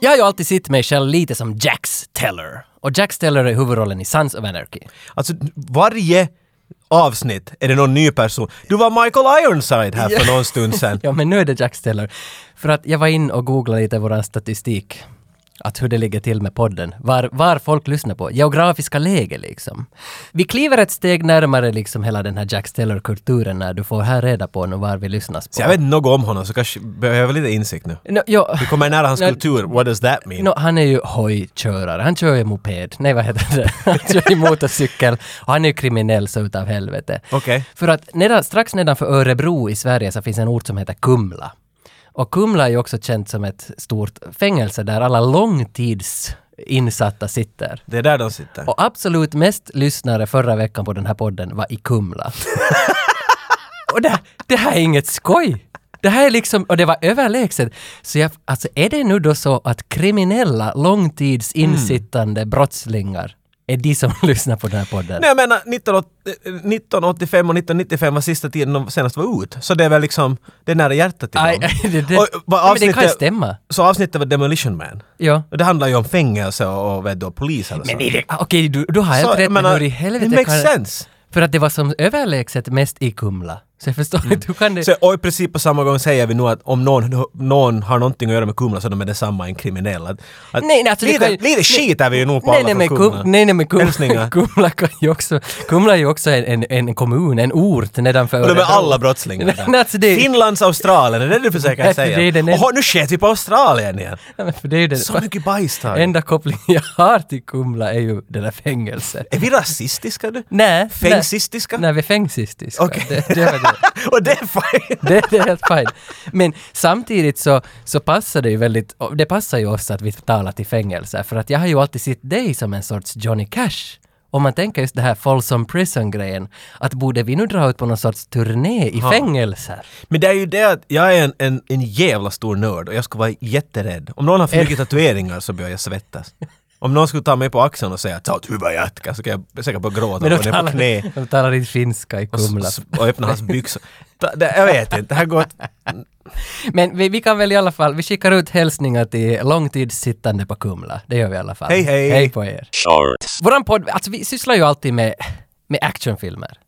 Jag har ju alltid sett mig själv lite som Jax Teller. Och Jax Teller är huvudrollen i Sons of Anarchy. Alltså varje avsnitt är det någon ny person. Du var Michael Ironside här för någon stund sedan. Ja, men nu är det Jax Teller. För att jag var in och googlade lite våran statistik. Att hur det ligger till med podden. Var, var folk lyssnar på. Geografiska läge liksom. Vi kliver ett steg närmare liksom hela den här Jax Teller-kulturen när du får här reda på nu var vi lyssnas på. Så jag vet något om honom så kanske behöver jag lite insikt nu. Nå, ja. Vi kommer nära hans Nå, kultur, what does that mean? Nå, han är ju hojkörare, han kör ju moped, nej vad heter det, han kör ju motorcykel och han är ju kriminell så utav helvete. Okej. För att nedan, strax nedanför Örebro i Sverige så finns en ort som heter Kumla. Och Kumla är ju också känt som ett stort fängelse där alla långtidsinsatta sitter. Det är där de sitter. Och absolut mest lyssnare förra veckan på den här podden var i Kumla. och det, det här är inget skoj! Det här är liksom, och det var överlägset. Så jag, alltså är det nu då så att kriminella, långtidsinsittande brottslingar är de som lyssnar på den här podden? Mm. Nej jag menar 1980 eh, 1985 och 1995 var sista tiden de senast var ut. Så det är väl liksom, det är nära hjärtat till Aj, dem. aj, det, det, Och, vad Nej, men det kan ju avsnittet- stämma. Så avsnittet var Demolition Man. Ja. Och Det handlar ju om fängelse och, och vet du, och poliser och Men sånt. är det... Okej, du, du har helt Eh. Så, rätt, jag men menar, hur i helvete It makes kan... sense! För att det var som överlägset mest i Kumla. Så jag Mm. förstår inte, hur kan det... Så, och i princip på samma gång säger vi nog att om någon, någon har någonting att göra med Kumla så de är detsamma en kriminell. Att, att Nej, nej, alltså det lite, kan ju- lite skit är vi ju nog på Nej alla nej, men från Kumla. Kumla. nej, nej men Kumla, Hälsningar. Kumla, kan ju också, Kumla är ju också en, en, en kommun, en ort nedanför Och de är Örebro. alla brottslingar Nej, alltså det- där. Finlands Australien, är det det du försöker Nej, det är den- säga? Och nu sket vi på Australien igen! Ja, men för det är ju den, Så mycket bajs tar vi. Enda kopplingen jag har till Kumla är ju det där fängelset. Är vi rasistiska du? Nej. Fängsistiska? Nej, nej vi är fängsistiska. Okej. Det, det var det. och det är fine! Det, det är helt fint. Men samtidigt så, så passar det ju väldigt, och det passar ju oss att vi talar till fängelse, för att jag har ju alltid sett dig som en sorts Johnny Cash. Om man tänker just det här Folsom Prison-grejen, att borde vi nu dra ut på någon sorts turné i fängelser? Men det är ju det att jag är en, en, en jävla stor nörd och jag skulle vara jätterädd. Om någon har för mycket tatueringar så börjar jag svettas. Om någon skulle ta mig på axeln och säga att ta åt huvudet jacka så kan jag säkert börja gråta och de gå ner på knä. de talar inte finska i Kumla. S- och öppna hans byxor. Ta- det- Jag vet inte, det här går... Men vi, vi kan väl i alla fall, vi skickar ut hälsningar till långtidssittande på Kumla. Det gör vi i alla fall. Hej, hej. Hej på er. Shorts. Våran podd, alltså vi sysslar ju alltid med, med actionfilmer.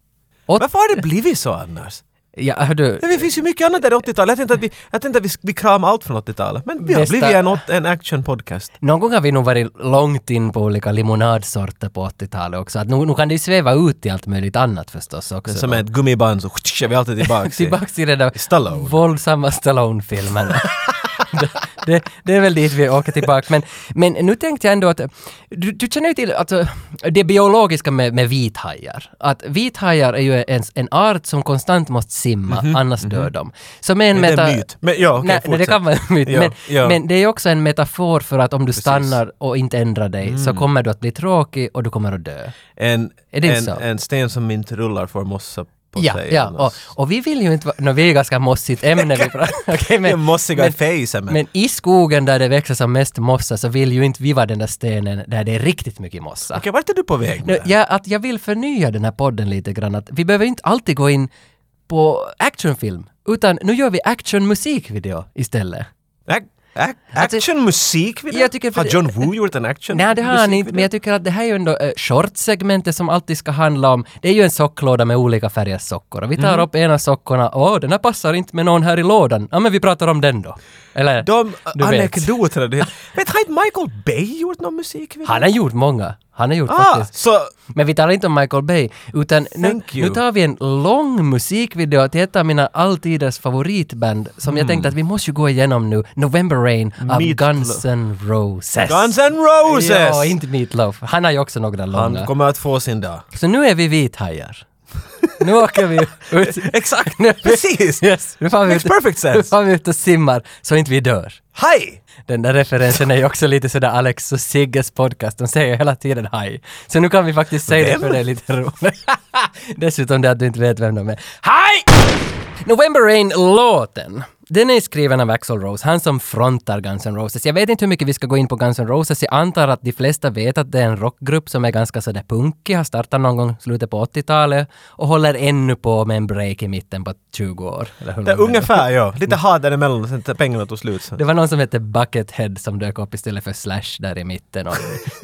Och, Varför har det blivit så annars? ja, hördu, Men det finns ju mycket annat där i 80-talet. Jag tänkte att vi, jag tänkte att vi, vi kramar allt från 80-talet. Men vi har Bästa- blivit en, åt- en action-podcast. Någon gång har vi nog varit långt in på olika limonadsorter på 80-talet också. Att nu, nu kan det ju sväva ut i allt möjligt annat förstås också. Som är ett gummiband så är vi alltid tillbaks i. Tillbaks till den där Stallone. våldsamma Stallone-filmen. det, det, det är väl dit vi åker tillbaka. Men, men nu tänkte jag ändå att du, du känner ju till alltså, det biologiska med, med vithajar. Att vithajar är ju en, en art som konstant måste simma, annars dör de. Som är en Mhm, Det är meta- en myt. Men ja, okej, Nej, nej, det fortsätt. kan vara en myt. Ja, men, ja. men det är ju också en metafor för att om du stannar och inte ändrar dig Mm. så kommer du att bli tråkig och du kommer att dö. En, Är det en, så? en sten som inte rullar får mossa på Ja, sig. ja. Och, och vi vill ju inte vara... nå, vi är ganska mossigt ämne vi pratar Okej, men, mossiga i men, fejsen. Men, men i skogen där det växer som mest mossa så vill ju inte vi vara den där stenen där det är riktigt mycket mossa. Okej, vart är du på väg Nu, med det? jag, att jag vill förnya den här podden lite grann. Att vi behöver inte alltid gå in på actionfilm, utan nu gör vi actionmusikvideo istället. Ac- ac- Actionmusik? vill Jag tycker för Har det- John Woo gjort en action? Nej, det har han inte, men jag tycker att det här är ju ändå eh, shortsegmentet som alltid ska handla om. Det är ju en socklåda med olika färgers sockor och vi Mm. tar upp ena sockorna. Åh, den här passar inte med någon här i lådan. Ja, men vi pratar om den då. Eller, De du vet. anekdoterna. det- Vet, har inte Michael Bay gjort någon musik? Han har gjort många. Han har gjort Ah, faktiskt. så Men vi talar inte om Michael Bay, utan nu, Thank you. nu tar vi en lång musikvideo till ett av mina alltiders favoritband som jag tänkte att vi måste ju gå igenom nu, November Rain av Mm. Meat Guns N' Roses. Guns N' Roses! Ja, inte Meatloaf. Han har ju också några långa. han kommer att få sin dag. Så nu är vi vithajar. Nu åker vi ut. Exakt! Nu- Precis! Yes, nu får vi Makes ut, perfect sense. Nu får vi ut och simmar så inte vi dör. Hej! Den där referensen är ju också lite sådär Alex och Sigges podcast, de säger ju hela tiden haj. Så nu kan vi faktiskt säga det Vem? för det är lite roligt. Dessutom det att du inte vet vem de är. Haj! November Rain-låten Den är skriven av Axl Rose, han som frontar Guns N' Roses. Jag vet inte hur mycket vi ska gå in på Guns N' Roses. Jag antar att de flesta vet att det är en rockgrupp som är ganska sådär punkig, har startat någon gång i slutet på 80-talet och håller ännu på med en break i mitten på 20 år. Eller hur Det är lång den är. ungefär, ja. Lite hard däremellan och sen t- pengarna tog slut. sen. Mm. Det var någon som hette Buckethead som dök upp istället för Slash där i mitten. Och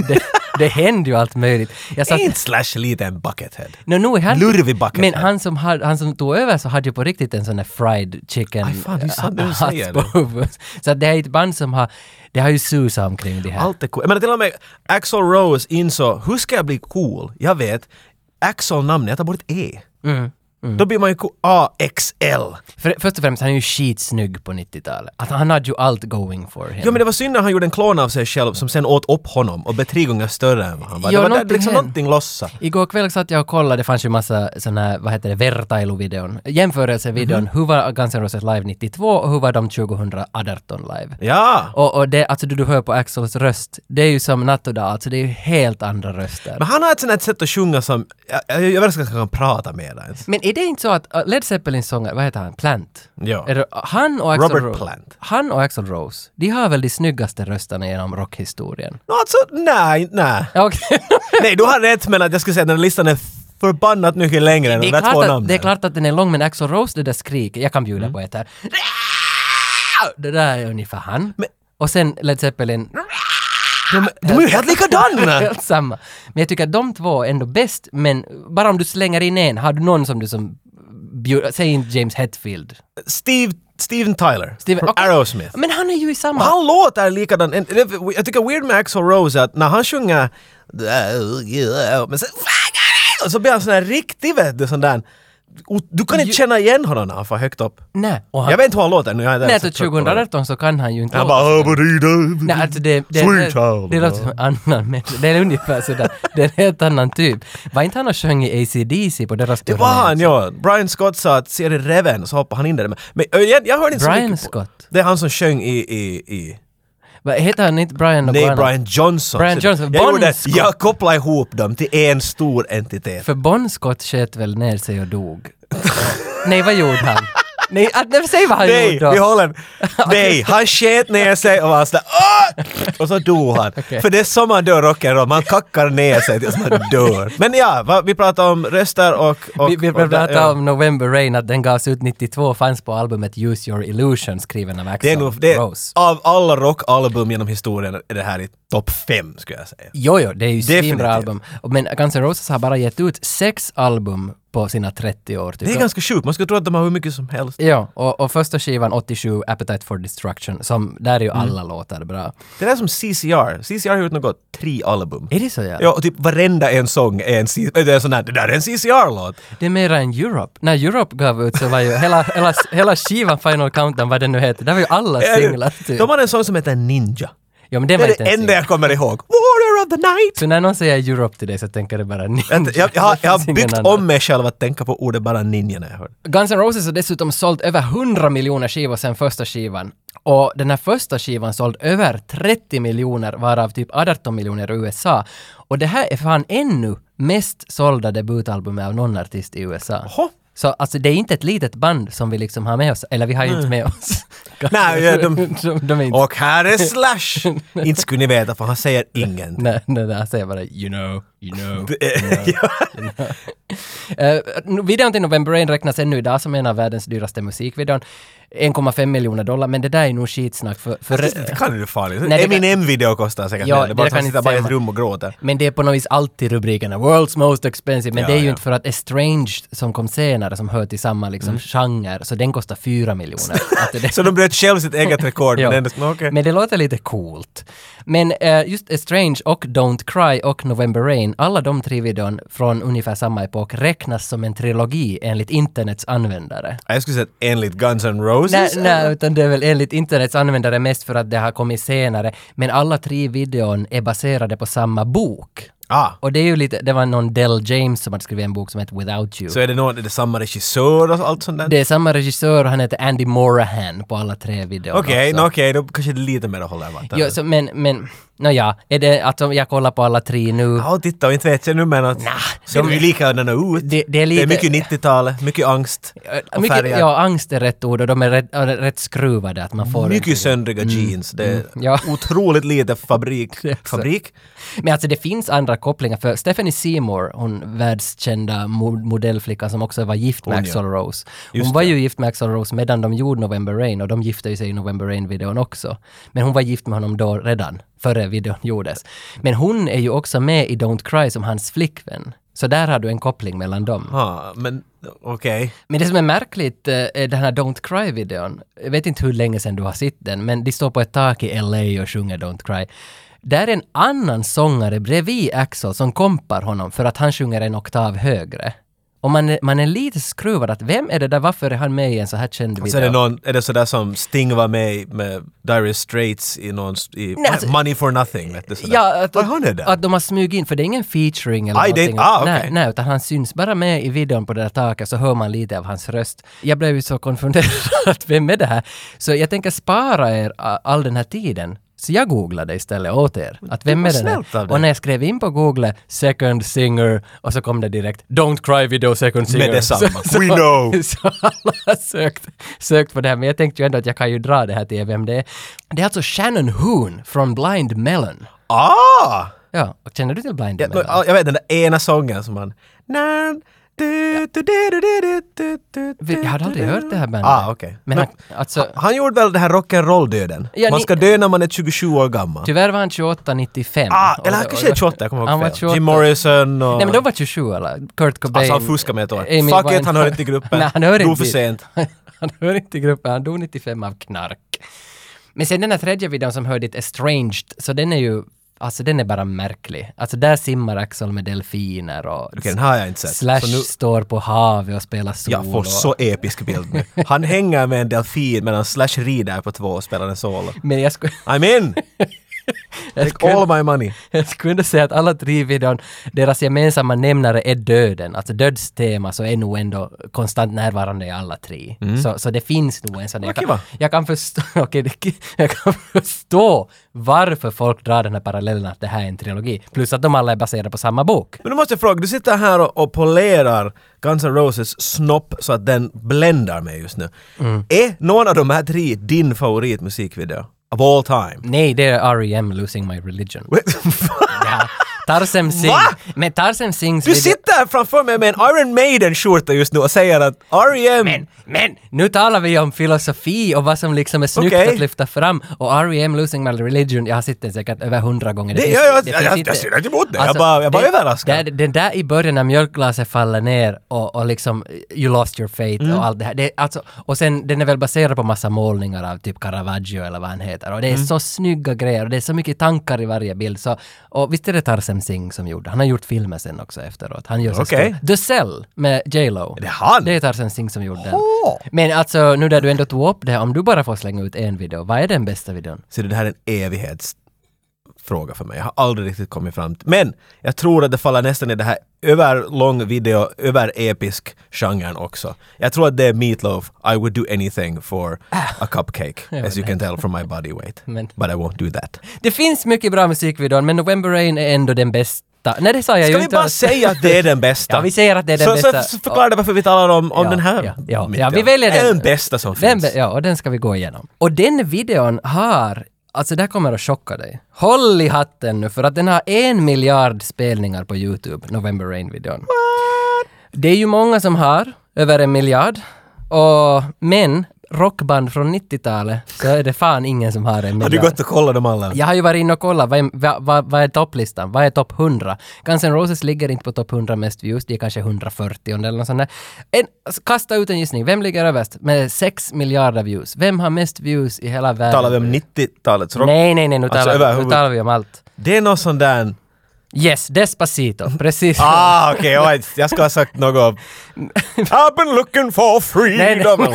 det, det hände ju allt möjligt. Jag Är satt, inte Slash lite en buckethead? no, no, han, Lurvig Buckethead. men han som, hade, han som tog över så hade ju på riktigt en sån där fried chicken Aj, fan, det är sant när du hatt säger på huvudet. Så att det är ett band som har, det har ju susat omkring det här. Allt är cool. Men till och med Axl Rose insåg, hur ska jag bli cool? Jag vet, Axl namnet, jag tar bort ett E. Mm. Då blir man ju cool. AXL. För, först och främst, han är ju skitsnygg på 90-talet. Att han hade ju allt going for him. Ja men det var synd när han gjorde en klon av sig själv som sen åt upp honom och blev tre gånger större än vad han var. Ja, det var där någonting liksom hände. någonting lossa. Igår kväll satt jag och kollade, det fanns ju massa såna här, vad heter det, vertailuvideon. Jämförelsevideon, Mhm. hur var Guns N' Roses live 92 och hur var de 2018 live? Ja! Och, och det, alltså det du hör på Axels röst, det är ju som natt och dag, alltså det är ju helt andra röster. Men han har ett sånt här sätt att sjunga som, jag, jag, jag vet inte ska han prata med det ens. Men är det inte så att äh, Led Zeppelins sångare, vad heter han, Plant? Ja. Är det, uh, han och Axl Robert Rose, Plant. Han och Axl Rose, de har väl de snyggaste rösterna genom rockhistorien? Nå alltså, nej, nej. Ja, okej. nej, du har rätt men att jag skulle säga att den här listan är förbannat mycket längre än Det de är, där klart två att, namnen. Mm. det är klart att den är lång, men Axl Rose, det där skriket, jag kan bjuda på ett här. Det där är ungefär han. Men- och sen Led Zeppelin, De, de är ju helt likadana! helt samma. Men jag tycker att de två är ändå bäst, men bara om du slänger in en, har du någon som du som bjud, säg inte James Hetfield. Steve, Steven Tyler Steven- från okej. Aerosmith. Men han är ju i samma... Han låter likadan. En- det- Jag tycker weird med Axl Rose är att när han sjunger men sen, och så blir han sån här riktig vet du, sån där och du kan inte känna igen honom när han får högt upp. Nej. Och han, Jag vet inte hur han låter nu. Jag är nej, så till trött på det. 2018 så kan han ju inte Han låta. bara... Nej, alltså det, det, Sweet det, child. det låter som en annan människa. Det är ungefär sådär. Det är en helt annan typ. Var inte han och sjöng i AC/DC på deras Det var han ja. Brian Scott sa att ser det reven så hoppar han in där. Men, men jag, jag hörde inte så Brian mycket på- Scott? Det är han som sjöng i... i, i Vad Heter han inte Brian något nej, annat? Brian Johnson. Brian Så Johnson, Jag, Bon gjorde, Scott. jag kopplade ihop dem till en stor entitet. För Bon Scott sköt väl ner sig och dog? nej, vad gjorde han? Nej, att, nej säg vad han Nej, gjorde då. vi håller... Nej, han sket ner sig och var sådär Åh! Och så dog han. Okej. För det är så man dör rock'n'roll, man kackar ner sig tills man dör. Men ja, va, vi pratar om röster och... och Vi, vi och det- pratade ja. om November Rain, att den gavs ut 92 fanns på albumet Use Your Illusion skriven av Axl Det är nog, det, Rose. av alla rockalbum genom historien är det här i topp fem, skulle jag säga. Jo, jo, det är ju Definitivt. svinbra album. Men Guns N' Roses har bara gett ut sex album på sina 30 år. Typ. Det är Och- ganska sjukt, man skulle tro att de har hur mycket som helst. Ja, och, och första skivan 87, Appetite for Destruction, som, där är ju Mm. alla låtar bra. Det där är som CCR. CCR har gjort något, tre album. Är det så ja? Ja, och typ varenda en sång är en, C- äh, det är sån här, det där är en CCR-låt. Det är mera än Europe. När Europe gav ut så var ju hela, hela, hela skivan Final Countdown, vad den nu heter, där var ju alla Är det- singlar typ. De har en sång som heter Ninja. Ja men den Det var är inte det ens enda singel. jag kommer ihåg. Warrior of the night! Så när någon säger Europe till dig så tänker du bara ninja. Jag, jag, jag, har- jag Det har finns ingen byggt annan. om mig själv att tänka på ordet bara ninja när jag hör det. Guns N' Roses har dessutom sålt över 100 miljoner skivor sen första skivan. Och den här första skivan såld över 30 miljoner, varav typ 18 miljoner i USA. Och det här är fan ännu mest sålda debutalbumet av någon artist i USA. Jaha. Så alltså det är inte ett litet band som vi liksom har med oss, eller vi har ju inte med oss. Nej, ja, de- de, de är inte... Och här är Slash! inte skulle ni veta för han säger ingenting. Nej, nej, nej, han säger bara you know, you know. Ja. Eh, nu- videon till November Rain räknas ännu idag som en av världens dyraste musikvideon. 1,5 miljoner dollar, men det där är nog skitsnack för... för det kan du farligt. Nej, det kan- Eminem-video kostar säkert Ja, mer. Det är bara det att han kan sitter inte bara i ett stämma. rum och gråter. men det är på något vis alltid rubrikerna “World's most expensive”, men Ja, det är ju ja. inte för att Estranged som kom senare, som hör till samma liksom Mm. genre, så den kostar 4 miljoner. Att det- Så de bröt själv sitt eget rekord. Ja. men ändå, okej. Men det låter lite coolt. Men eh, just Estrange och Don't Cry och November Rain, alla de tre videon från ungefär samma epok räknas som en trilogi enligt internets användare. Ja, Jag skulle säga att enligt Guns N' Roses. Nej, nej, utan det är väl enligt internets användare mest för att det har kommit senare. Men alla tre videon är baserade på samma bok. Ah. Och det är ju lite, det var någon Del James som hade skrivit en bok som heter Without You. Så är det någon, är det samma regissör och allt sånt där? Det är samma regissör, han heter Andy Morahan på alla tre videorna Okej, också. nå okej, då kanske det lite mer håller vatten. Jo, så, men, men, nåja, är det att om jag kollar på alla tre nu? Ja, och titta, och inte vet jag nu men att... Nah, ser de de ju är- likadana ut. Det- det är lite- mycket 90-talet, mycket angst och Mycket, färger. ja, angst är rätt ord och de är rätt, är rätt skruvade att man får en- mycket söndriga jeans. Det är Mm, ja. otroligt lite fabrik. Fabrik? Men alltså det finns andra kopplingar för Stephanie Seymour, hon världskända mo- modellflickan som också var gift med Hon, ja. Axl Rose. Hon Just var det. ju gift med Axl Rose medan de gjorde November Rain och de gifte ju sig i November Rain-videon också. Men hon var gift med honom då redan, före videon gjordes. Men hon är ju också med i Don't Cry som hans flickvän. Så där har du en koppling mellan dem. Ja, men okej. Men det som är märkligt eh, är den här Don't Cry-videon. Jag vet inte hur länge sedan du har sett den, men de står på ett tak i LA och sjunger Don't Cry. Där är en annan sångare bredvid Axel som kompar honom för att han sjunger en oktav högre. Och man är, man är lite skruvad att vem är det där, varför är han med i en så här känd video? Så är det, någon, är det sådär som Sting var med i- med Dire Straits i någon... I Nej, alltså- Money for nothing, vet du sådär. Ja, att, Var hon är där? att de har smugit in, för det är ingen featuring eller Aj, det är- någonting. ah, okej. nej, nej, utan han syns bara med i videon på det där taket så hör man lite av hans röst. Jag blev ju så konfunderad, vem är det här? Så jag tänker spara er a- all den här tiden. Så jag googlade istället åt er, att vem var är den snällt av här? dig. Och när jag skrev in på Google, second singer, och så kom det direkt Don't cry video second singer. detsamma. Så, We know. Så alla har sökt, sökt på det här, men jag tänkte ju ändå att jag kan ju dra det här till er vem det är. Det är alltså Shannon Hoon från Blind Melon. Ah! Ja, och känner du till Blind Ja, Melon? nå, jag vet den där ena sången som man... Nan, du, du, du, du, du, du, du, du, du, Jag hade aldrig du, du. hört det här bandet. Ah, okej. Men Men han, alltså, Han gjorde väl det här rock'n'roll-döden? Ja, man ni- ska dö när man är 27 år gammal. tyvärr var han 28, 95. Ah, Och- eller han och- kanske är 28, jag kommer Han var ihåg fel. 28. Jim Morrison och... Nej men de var 27 eller? Kurt Cobain. Alltså han fuskar med ett år. Amy Fuck it, Winehouse. han hör inte till gruppen. Nej, han hör Dog inte. för sent. han hör inte i gruppen, han dog 95 av knark. Men sen den här tredje videon som hör dit Estranged, så den är ju, alltså den är bara märklig. Alltså där simmar Axel med delfiner och Okej, den har jag inte sett. Slash Så nu, står på havet och spelar solo. jag får så episk bild nu. Han hänger med en delfin medan Slash rider på två och spelar en solo. Men jag skulle... I'm in! jag Take skulle- all my money. Jag skulle kunna säga att alla tre videon, deras gemensamma nämnare är döden. Alltså dödstema så är nog ändå konstant närvarande i alla tre. Mm. Så, så det finns nog en sån... Jag Okej, kan, va? jag, kan förstå, okej, det- jag kan förstå varför folk drar den här parallellen att det här är en trilogi. Plus att de alla är baserade på samma bok. Men nu måste jag fråga, du sitter här och, och polerar Guns N' Roses snopp så att den bländar mig just nu. Är någon av de här tre din favoritmusikvideo? Of all time? Nej, det är R.E.M. Losing My Religion. Ja. Tarsem Singh. Va? Men Tarsem Singhs Du video- sitter här framför mig med en Iron Maiden-skjorta just nu och säger att E R.E.M. Men, men! Nu talar vi om filosofi och vad som liksom är snyggt Okej. att lyfta fram. Och R.E.M. Losing My Religion, jag har sett den säkert över hundra gånger. Det- finns- ja, ja, finns jag- inte- Alltså, jag ser inte emot det. Jag bara- jag bara det- överraskad. det- Den där i början när mjölkglaset faller ner och, och liksom You lost your faith Mm. och allt det här. Det, är alltså, och sen den är väl baserad på massa målningar av typ Caravaggio eller vad han heter. Och det är Mm. så snygga grejer och det är så mycket tankar i varje bild. Så, och visst är det Tarsem Singh som gjorde? Han har gjort filmer sen också efteråt. Han gör så Okej. stor- The Cell med J Lo. Det är han? Det är Tarzan Singh som gjorde den. Åh! Men alltså nu när du ändå tog upp det här, om du bara får slänga ut en video, vad är den bästa videon? Så det här är en evighetsfråga för mig. Jag har aldrig riktigt kommit fram till. Men jag tror att det faller nästan i det här överlång video, överepisk genren också. Jag tror att det är Meatloaf, I would do anything for a cupcake. As you can tell from my body weight. Men- But I won't do that. Det finns mycket bra musikvideon, men November Rain är ändå den bästa. Nej, det sa jag Ska ju vi inte. bara alls. säga att det är den bästa? Ja, vi säger att det är den så, bästa. Så förklara varför vi talar om, om Ja, den här. ja, ja, mitt ja, vi i allt. väljer Det är den. Den bästa som den, finns. Ja, och den ska vi gå igenom. Och den videon har, alltså det här kommer att chocka dig. Håll i hatten nu, för att den har en miljard spelningar på YouTube, November Rain-videon. Det är ju många som har, över en miljard. Och, men rockband från 90-talet så är det fan ingen som har en miljard. Har du gått och kollat dem alla? Jag har ju varit inne och kollat, vad är, vad, vad, vad är topplistan? Vad är topp 100? Guns N' Roses ligger inte på topp 100 mest views, det är kanske 140 eller något sånt där. En, alltså, kasta ut en gissning, vem ligger överst med 6 miljarder views? Vem har mest views i hela världen? Talar vi om 90-talets rock? Nej, nej, nej, nu, Alltså talar, vi- nu överhuvud- talar vi om allt. Det är någon sån där Yes, Despacito, precis. Ah, okej, okay, jag ska ha sagt något. I've been looking for nej, nej, freedom. eller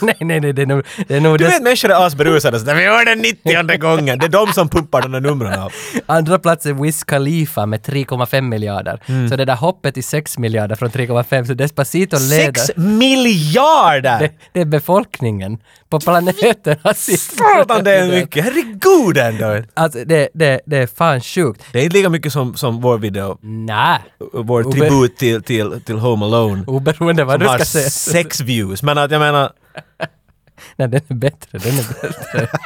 nej, nej, nej, det är nog... Det är nog Du Des- vet människor är asberusade sådär, vi gör den 90 gången. Det är de som pumpar de där numren av. Andra plats är Wiz Khalifa med 3,5 miljarder. Mm. Så det där hoppet i 6 miljarder från 3,5, så Despacito leder. Sex miljarder! Det, det är befolkningen på planeten. har sitt- Satan det är mycket, herregud ändå! Alltså det, det, det är fan sjukt. Det är inte lika mycket som, som vår video, Nej, vår Ove- tribut till, till, till Home Alone. oberoende vad du Har ska säga. sex views, men att jag menar, Nej, den är bättre, den är bättre.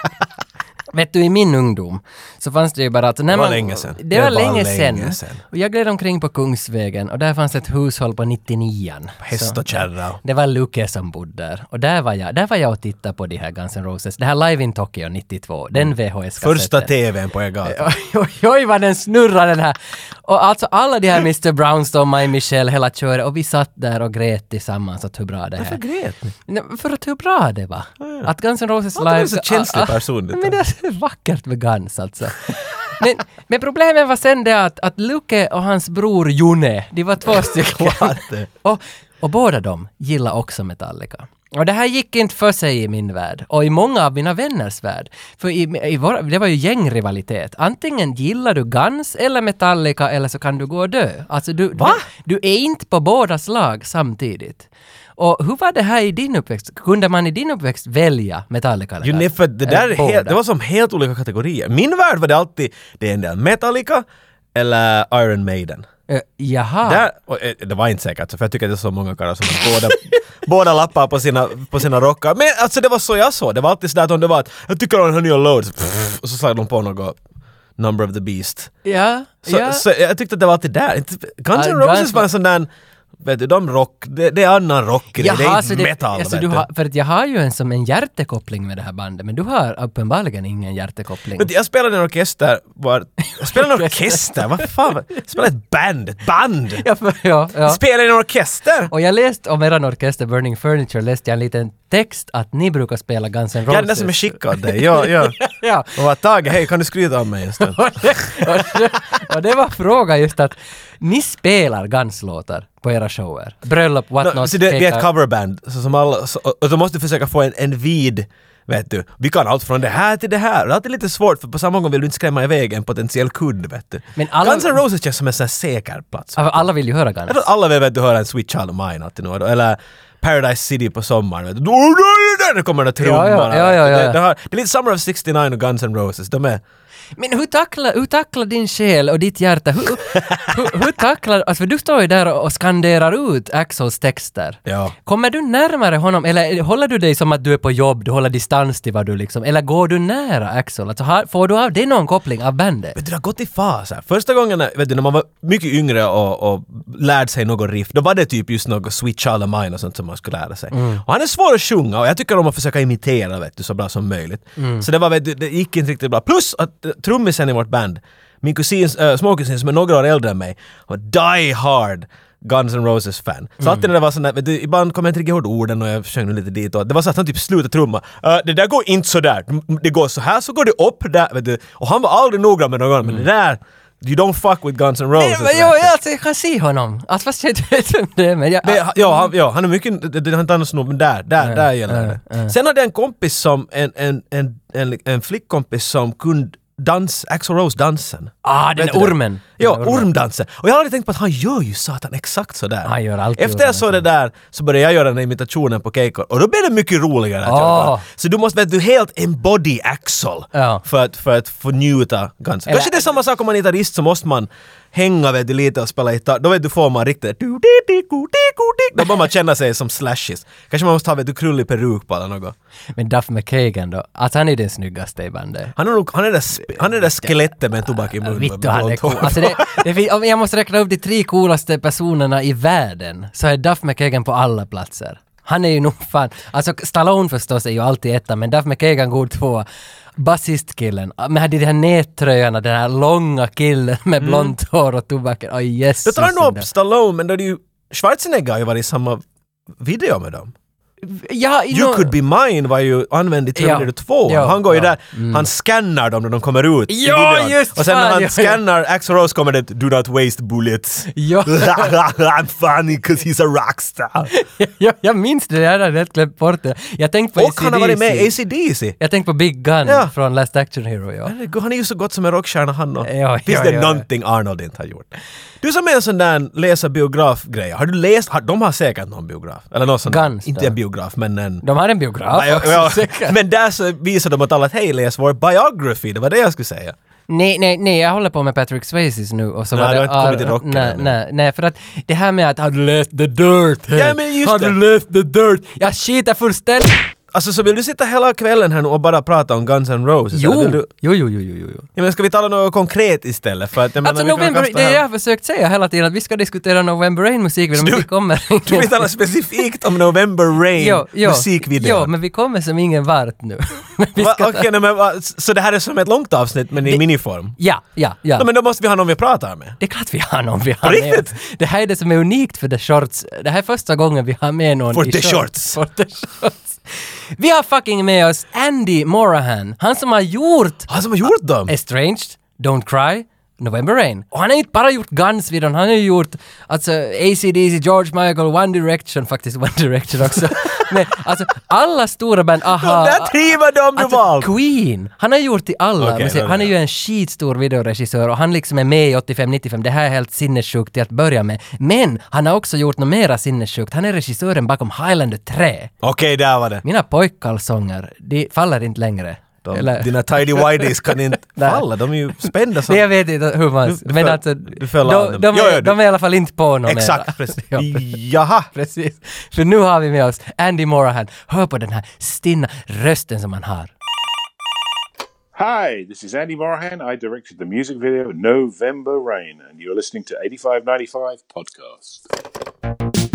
Vet du, i min ungdom så fanns det ju bara att... När Det var man, länge sedan. Det, var, länge, sedan. Och jag gled omkring på Kungsvägen och där fanns ett hushåll på 99an. häst och kärra. Det var Luke som bodde där. Och där var jag, där var jag och tittade på de här Guns N' Roses. Det här Live in Tokyo 92, den VHS-kassetten. Mm. Första TVn på er gata. Oj, oj, oj vad den snurrar den här. Och alltså alla de här Mr. Brownstone, My Michelle, hela köret och vi satt där och grät tillsammans att hur bra det här. grät ni? Nej, men För att hur bra det var. Att Guns N' Roses Var inte live... du så känslig Ah, ah, person, lite? Men det är så vackert med Guns alltså. Men, men problemet var sen det att, att Luke och hans bror June, de var två stycken. Klart det. Och, och båda de gillar också Metallica. Och det här gick inte för sig i min värld och i många av mina vänners värld. För i, i våra, det var ju gängrivalitet. Antingen gillar du Guns eller Metallica eller så kan du gå och dö. Alltså du, du, du är inte på bådas lag samtidigt. Och hur var det här i din uppväxt? Kunde man i din uppväxt välja Metallica eller Jo, nej, för det Eller där är helt, båda? det var som helt olika kategorier. Min värld var det alltid, det är en del Metallica eller Iron Maiden. Eh, Jaha. Där, och, eh, det var inte säkert, för jag tycker att det är så många karlar som har båda, båda lappar på sina, på sina rockar. Men alltså det var så jag såg, det var alltid sådär att om det var att jag tycker om den här nya Load, så pff, och så slog de på något Number of the Beast. Ja, Så, ja. så jag tyckte att det var alltid där. Inte- Guns Ah, N' Guns- Roses var en sån där, vet du, de rock, det, det är annan rock det är Jaha, inte metal. alltså, vet du du har, för att jag har ju en som en hjärtekoppling med det här bandet, men du har uppenbarligen ingen hjärtekoppling. Men jag spelade i en orkester, var, jag spelade i en orkester, vad fan, jag spelade i ett band, ett band! Ja, för, ja, ja. Spelade i en orkester! Och jag läste om eran orkester Burning Furniture, läste jag en liten text att ni brukar spela Guns N' Jag Roses. är den där som är skickad åt dig, ja, ja. Ja. Och bara Tage, hej kan du skryta om mig en stund? Och det, och, det, och det var frågan just att ni spelar Guns-låtar på era shower. Bröllop, what No, not, så det, vi är ett pekar- coverband, så som alla, så, och och då måste du försöka få en, en vid Vet du, vi kan allt från det här till det här. Det är alltid lite svårt för på samma gång vill du inte skrämma iväg en potentiell kund, vet du. Men alla- Guns N' Roses känns som en sån här säker plats. Alltså, Alla vill ju höra Guns. Jag tror att alla vill vet du höra en Sweet Child of Mine alltid nu och då, eller Paradise City på sommaren. Vet du. Där kommer de trummorna. Ja, ja, ja, ja, ja. Det, det, har, det är lite Summer of 69 och Guns N' Roses. De är... Men hur tacklar, hur tacklar din själ och ditt hjärta? Hur, hur, hur tacklar... Alltså för du står ju där och skanderar ut Axels texter. Ja. Kommer du närmare honom eller håller du dig som att du är på jobb, du håller distans till vad du liksom... Eller går du nära Axel? Alltså har, får du av det någon koppling av bandet? Vet du, det har gått i faser. Första gången när- vet du, när man var mycket yngre och, och lärde sig något riff, då var det typ just något Sweet Child of Mine och sånt som man skulle lära sig. Mm. Och han är svår att sjunga och jag tycker om att försöka imitera vet du, så bra som möjligt. Mm. Så det, var, vet du, det gick inte riktigt bra. Plus att eh, trummisen i vårt band, min kusin, äh, småkusin som är några år äldre än mig, var die hard Guns N' Roses-fan. Så alltid när det var sån där, vet du, ibland kom jag inte riktigt ihåg orden och jag sjöng nu lite dit och det var så att han typ slutade trumma. "Eh, det där går inte så där. Det går så här så går det upp där. Vet du. Och han var aldrig noggrann med någon, men det där, you don't fuck with Guns N' Mm. Nej, Roses. men jo, jag, alltså, jag kan se honom. Alltså fast jag inte vet vem det är, men jag... Det, ja, han, ja, han är mycket, det- det har inte annars nog, men där, där, där gäller det. Sen hade jag en kompis som, en, en, en, en, en flickkompis som kunde dans, Axl Rose-dansen. ah, den Vet du det? ormen! Ja, Den ormen. ormdansen. Och jag har aldrig tänkt på att han gör ju satan exakt sådär. Han gör alltid Efter jag såg det ormdansen. där så började jag göra den här imitationen på Keiko och då blev det mycket roligare att Ah. göra. Så du måste vet du helt embody Axel Ja. för, att, för att få njuta ganska. Eller- Kanske det är samma sak om man är gitarrist så måste man hänga vet du, lite och spela gitarr. Då vet du får man riktigt... Då börjar man känna sig som slashes. Kanske man måste ha vet du, krullig peruk på eller något. Men Duff McKagan då, alltså han är den snyggaste i bandet. Han är, nog- han är det där, sp- han är det där skelettet med en tobak i munnen. Vittu med han är blont cool. hår. Alltså det, det fin- om jag måste räkna upp de tre coolaste personerna i världen så är Duff McKagan på alla platser. Han är ju nog fan, alltså Stallone förstås är ju alltid etta men Duff McKagan god tvåa. Basistkillen, ah, med de här nättröjorna, den här långa killen Mm. med blont hår och tobaken. Oh, yes, Jag tar nog upp Stallone, men då är det ju... Schwarzenegger har ju varit i samma video med dem. Ja, i You nå- could be mine var ju använd i Terminator Ja. 2. Ja. Han går ju Ja. Mm. där, han scannar dem när de kommer ut i Ja, videon. just Och sen när fan, han ja, ja. scannar Axl Rose kommer det “Do not waste bullets”. Ja. I'm funny 'cause he's a rockstar. jag, jag minns det, jag hade helt glömt bort det. Jag tänkte på Och han har varit med i AC/DC. ACDC. Jag tänkte på Big Gun Ja. från Last Action Hero, ja. Herregud, Han är ju så gott som en rockstjärna han och. Ja, Finns ja, det ja, någonting Arnold inte har gjort? Du som är en sån där läsa biografgrej, har du läst? Har, de har säkert någon biograf. Eller någon sån, Guns inte då? en biograf men en... De har en biograf Ja, också, ja, säkert. men där så visar de åt alla att hej läs vår biography, det var det jag skulle säga. Nej, nej, nej, jag håller på med Patrick Swayzes nu och så Nej, var du det... har inte kommit till rocken nej, ännu. nej, nej, för att det här med att har du läst The Dirt? Hey? Ja, men just har det. du läst The Dirt? Jag skiter fullständigt! Alltså så vill du sitta hela kvällen här nu och bara prata om Guns N' Roses? eller Jo. Vill du, jo, jo, jo, jo, jo, jo. ja, men ska vi tala något konkret istället? För att, jag Alltså menar, vi kan November, kasta det är här- det jag har försökt säga hela tiden, att vi ska diskutera November Rain-musik vid Så om du- vi kommer. Du vill tala specifikt om November Rain Jo, jo. musikvideon? Jo, men vi kommer som ingen vart nu. Men vi Va, ska ta- Okej, nej, men va, s- så det här är som ett långt avsnitt men i miniform? Ja, ja, ja. Ja, men då måste vi ha någon vi pratar med. Det är klart vi har någon vi har På med riktigt? oss. Det här är det som är unikt för The Shorts. Det här är första gången vi har med någon For i the shorts. For the shorts. Vi har fucking med oss Andy Morahan. Han som har gjort Han som har gjort dem? Estranged, Don't Cry, November Rain. Och han har inte bara gjort Guns-videon, han har ju gjort alltså AC/DC, George Michael, One Direction, faktiskt One Direction också. Men alltså alla stora band, aha. Där trivar de du valt! Alltså Queen! Han har gjort i alla Okej, musik. då- Han är ju en skitstor videoregissör och han liksom är med i 85-95. Det här är helt sinnessjukt till att börja med. Men han har också gjort något mera sinnessjukt. Han är regissören bakom Highlander 3. Okej, där var det. Mina pojkkalsonger, de faller inte längre. De, Eller- Dina tidy whities kan inte Nej. falla, de är ju spända som... Nej, jag vet inte hur man... Du men föll- alltså, du föll de, av dem. de, är- Jo, jo, du- de är i alla fall inte på någon mera. Exakt, precis. Ja, Jaha! precis. För nu har vi med oss Andy Morahan. Hör på den här stinna rösten som han har. Hi, this is Andy Morahan. I directed the music video November Rain, and you're listening to 8595 Podcast.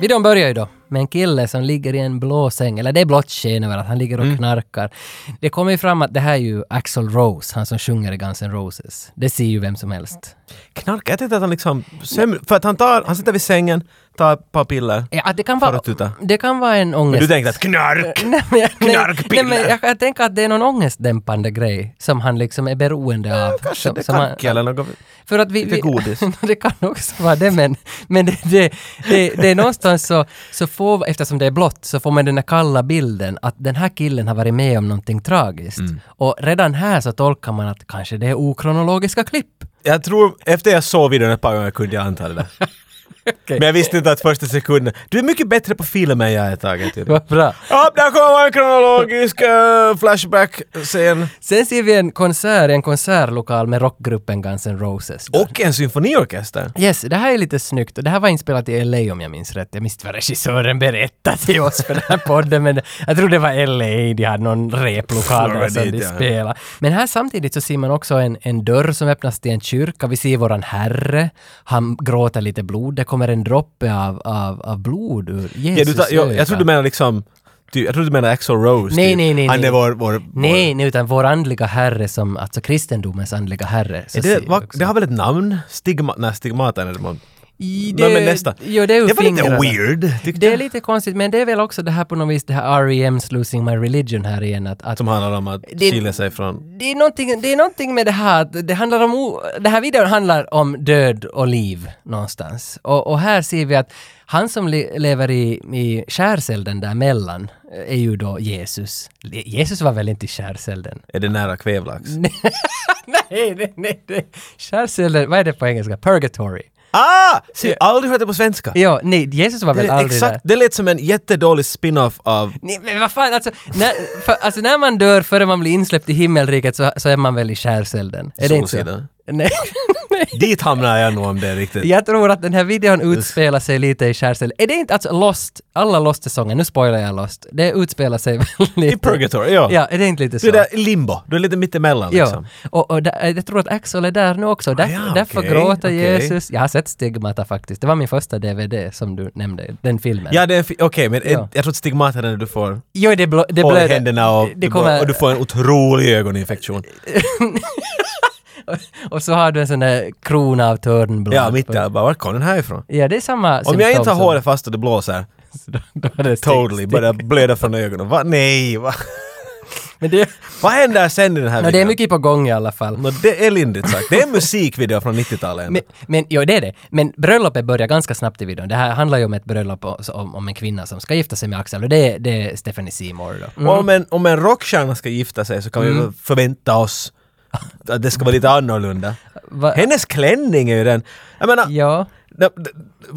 Videon börjar ju då med en kille som ligger i en blå säng, eller det är blått sken över att han ligger och Mm. knarkar. Det kommer ju fram att det här är ju Axl Rose, han som sjunger i Guns N' Roses. Det ser ju vem som helst. Knarka, jag tänkte att han liksom... Sömn, för att han tar, han sitter vid sängen, tar ett par piller. Ja, det, kan Far vara, åt tuta. det kan vara en Men ångest... du tänkte att knark! Nej, men jag, nej, nej, knarkpiller. men jag, jag tänker att det är någon ångestdämpande grej som han liksom är beroende av. Kanske som, det är som knark eller något. För att vi, Lite vi, godis. det kan också vara det, men, men det, det, det, det är någonstans så, så får, eftersom det är blått, så får man den här kalla bilden att den här killen har varit med om någonting tragiskt. Och redan här så tolkar man att kanske det är okronologiska klipp. Jag tror, efter jag såg videon ett par gånger kunde jag anta det där. Men jag visste inte att första sekunden... Du är mycket bättre på film än jag är taget tydligen. Vad bra. Ja, där kommer en kronologisk eh, flashback-scen. Sen ser vi en konsert i en konsertlokal med rockgruppen Guns N' Roses. Och en symfoniorkester. Yes, det här är lite snyggt. Det här var inspelat i LA om jag minns rätt. Jag minns inte vad regissören berättade till oss för den här podden, men jag tror det var LA, de hade någon replokal där Florida, som de ja. spelade. Men här samtidigt så ser man också en, en dörr som öppnas till en kyrka. Vi ser våran herre, han gråter lite blod. Det kommer en droppe av, av, av blod ur Jesus Ja, du tar, jag, öga. jag tror du menar liksom... Du, jag tror du menar Axl Rose. Nej, typ. nej, nej, Han är nej. vår... vår, Nej, nej, utan vår andliga herre som, alltså kristendomens andliga herre. så Vår, är ser det, vi vad- också. det har väl ett namn? Stigma... Nej, stigmatan är det man... I Nej, men nästa. Jo, det är ur Det var lite fingrarna. weird, tyckte Det är jag. lite konstigt, men det är väl också det här på något vis, det här R.E.M.'s Losing My Religion här igen, att, att Som handlar om att Det- skilja sig från... det, är någonting, det är någonting med det här, att det handlar om, o- det här videon handlar om död och liv någonstans. Och, och här ser vi att han som le, lever i, i skärselden däremellan eh, är ju då Jesus. Le- Jesus var väl inte i skärselden? Är det nära kvävlax? nej, nej, nej, nej. Skärselden, vad är det på engelska? Purgatory. Ah! Se, jag har aldrig hört det på svenska. Ja, nej, Jesus var väl Det, aldrig där. exakt, det lät som en jättedålig spin-off av... Nej, men vad fan, alltså när, för, alltså när man dör före man blir insläppt i himmelriket så, så är man väl i skärselden? Är det inte så? Solsidan. Nej. nej. Dit hamnar jag nog om det är riktigt. Jag tror att den här videon utspelar sig lite i skärselden. Är det inte alltså Lost, alla Lost-säsonger, nu spoilar jag Lost, det utspelar sig väl lite... I Purgatory, ja. Ja, är det inte lite så? Du är där i limbo, du är lite mittemellan Ja, liksom. Ah, och, och där, jag tror att Axel är där nu också. Där, ja, därför okej, gråter okej. Jesus. Jag har sett Stigmata faktiskt. Det var min första DVD som du nämnde, den filmen. Ja, det är en fi- okej, men en- Ja. jag tror att stigmat är när du får Jo, det, blå, det hål i blöder. händerna och, det du, får- kommer, och du får en otrolig ögoninfektion. Och- Och så har du en sån där krona av törnblad. Ja, mitt på- där bara, var kom den här ifrån? Ja, det är samma Om jag inte har håret håret fast och det blåser, Då är det stick- totally, stick. börjar blöda från ögonen. Va? Nej, va? Men det, Vad händer sen i den no, här det är videon? mycket på gång i alla fall. Nå, det är lindrigt sagt. Det är en musikvideo från 90-talet ändå. Men, men jo, det är det. Men bröllopet börjar ganska snabbt i videon. Det här handlar ju om ett bröllop och- om, om en kvinna som ska gifta sig med Axel och det, är- det är Stephanie Seymour då. Mm. Om, en, om en rockstjärna ska gifta sig så kan vi väl förvänta oss att det ska vara lite annorlunda. Va- Hennes klänning är ju den... Jag menar, Ja. Ja, d- d-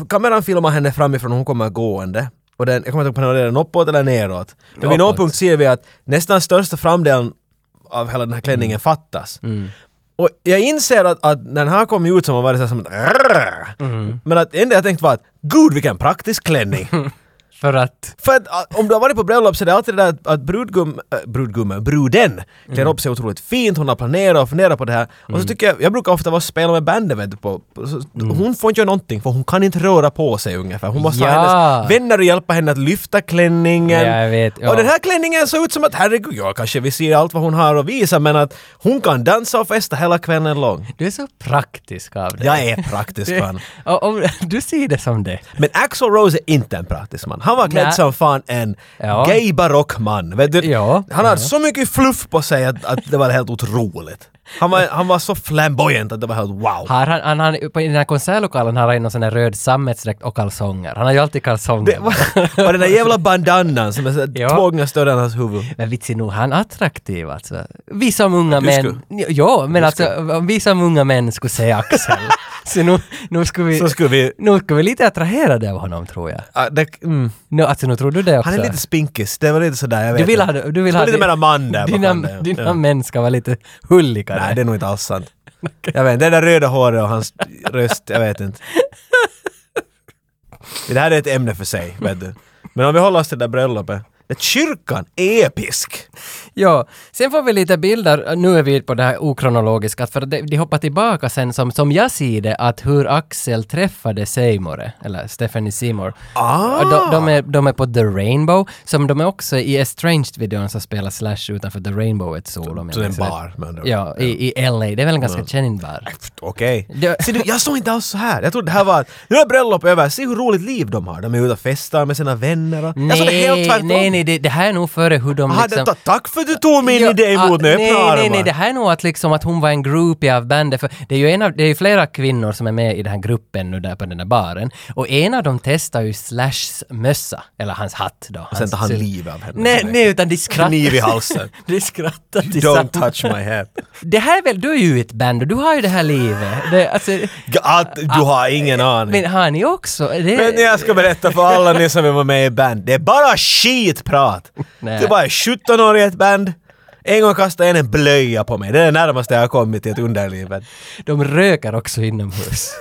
Kameran filmar henne framifrån och hon kommer gående. Och den, jag kommer inte ihåg om den är den uppåt eller neråt. Men vid någon Uppåt. punkt ser vi att nästan största framdelen av hela den här klänningen fattas. Och jag inser att, att när den här kom ut som har varit så här som ett "Rrrr". Men att det enda jag tänkte var att gud vilken praktisk klänning! För att... För att ah, om du har varit på bröllop så är det alltid det där att, att brudgum, äh, brudgummen, bruden klär Mm. upp sig otroligt fint, hon har planerat och funderat på det här. Och så tycker jag, jag brukar ofta vara och spela med bandet vet du, på, på, så, Hon får inte göra någonting för hon kan inte röra på sig ungefär. Hon måste ha Mm. Ja. hennes vänner och hjälpa henne att lyfta klänningen. Ja, jag vet, ja. Och den här klänningen såg ut som att herregud, ja kanske vi ser allt vad hon har att visa men att hon kan dansa och festa hela kvällen lång. Du är så praktisk av dig. Jag är praktisk man. Och om, du ser det som det. Men Axl Rose är inte en praktisk man. Han var klädd Nä. som fan en Ja. gay barockman. Vet du? Ja. Han hade så mycket fluff på sig att, att det var helt otroligt. Han var, han var så flamboyant att det var helt wow. Har han, han, han, på, I den här konsertlokalen har han någon sån här röd sammetsdräkt och kalsonger. Han har ju alltid kalsonger. Det var, och den där jävla bandanan som är så Ja. två gånger större än hans huvud. Men vitsen nog han attraktiv alltså. Vi som unga män... skulle- Jo, men alltså om vi som unga män skulle se Axel. så nu, nu skulle vi... Så skulle vi... Nu skulle vi lite attraherade av honom tror jag. ah, det, mm. Nu, alltså nu tror du det också. Han är lite spinkis. Det var lite sådär, jag vet Du vill ha... inte. Du vill Det ha var lite mera man där. vad Dina, fan det är. dina Ja. män ska vara lite hulligare. Nej, det är nog inte alls sant. Jag vet inte, det där röda håret och hans röst, jag vet inte. Det här är ett ämne för sig, vet du. Men om vi håller oss till det där bröllopet. Att kyrkan är episk! Ja, sen får vi lite bilder, nu är vi på det här okronologiska, för de, de hoppar tillbaka sen som, som jag ser det, att hur Axel träffade Seymour, eller Stephanie Seymour. Ah! Och De, de, är, de är på The Rainbow, som de är också i Estranged-videon som spelar Slash utanför The Rainbow, ett solo. om jag Så det är en minns rätt. bar, med andra ord. Ja, i, i LA. Det är väl en ganska känd bar. Okej. Det- Ser du, jag såg inte alls så här. Jag trodde det här var att, nu är bröllop över, se hur roligt liv de har. De är ute och festar med sina vänner och... jag såg Alltså, det helt Nej, tvärtom. nej, nej, det, det här är nog före hur de Aha, liksom... detta, tack för att du tog min Ja, idé emot ah, med nej, öppna armar. nej, nej, det här är nog att, liksom, att hon var en groupie av bandet. För det är ju en av, det är ju flera kvinnor som är med i den här gruppen nu där på den där baren. Och en av dem testar ju Slashs mössa, eller hans hatt då. Sen Hans, tar han livet av henne. Alltså, Nej, nej, utan de skrattar. Kniv i halsen. de skrattar Don't tillsammans. touch my head. Det här är väl, du är ju i ett band och du har ju det här livet. Det, alltså, Att, du har ingen aning. men har ni också? Det, Men jag ska berätta för alla ni som vill vara med i band. Det är bara skitprat! Nej. Det var 17 år i ett band. En gång kastade en en blöja på mig. Det är det närmaste jag har kommit till ett underlivet. De röker också inomhus.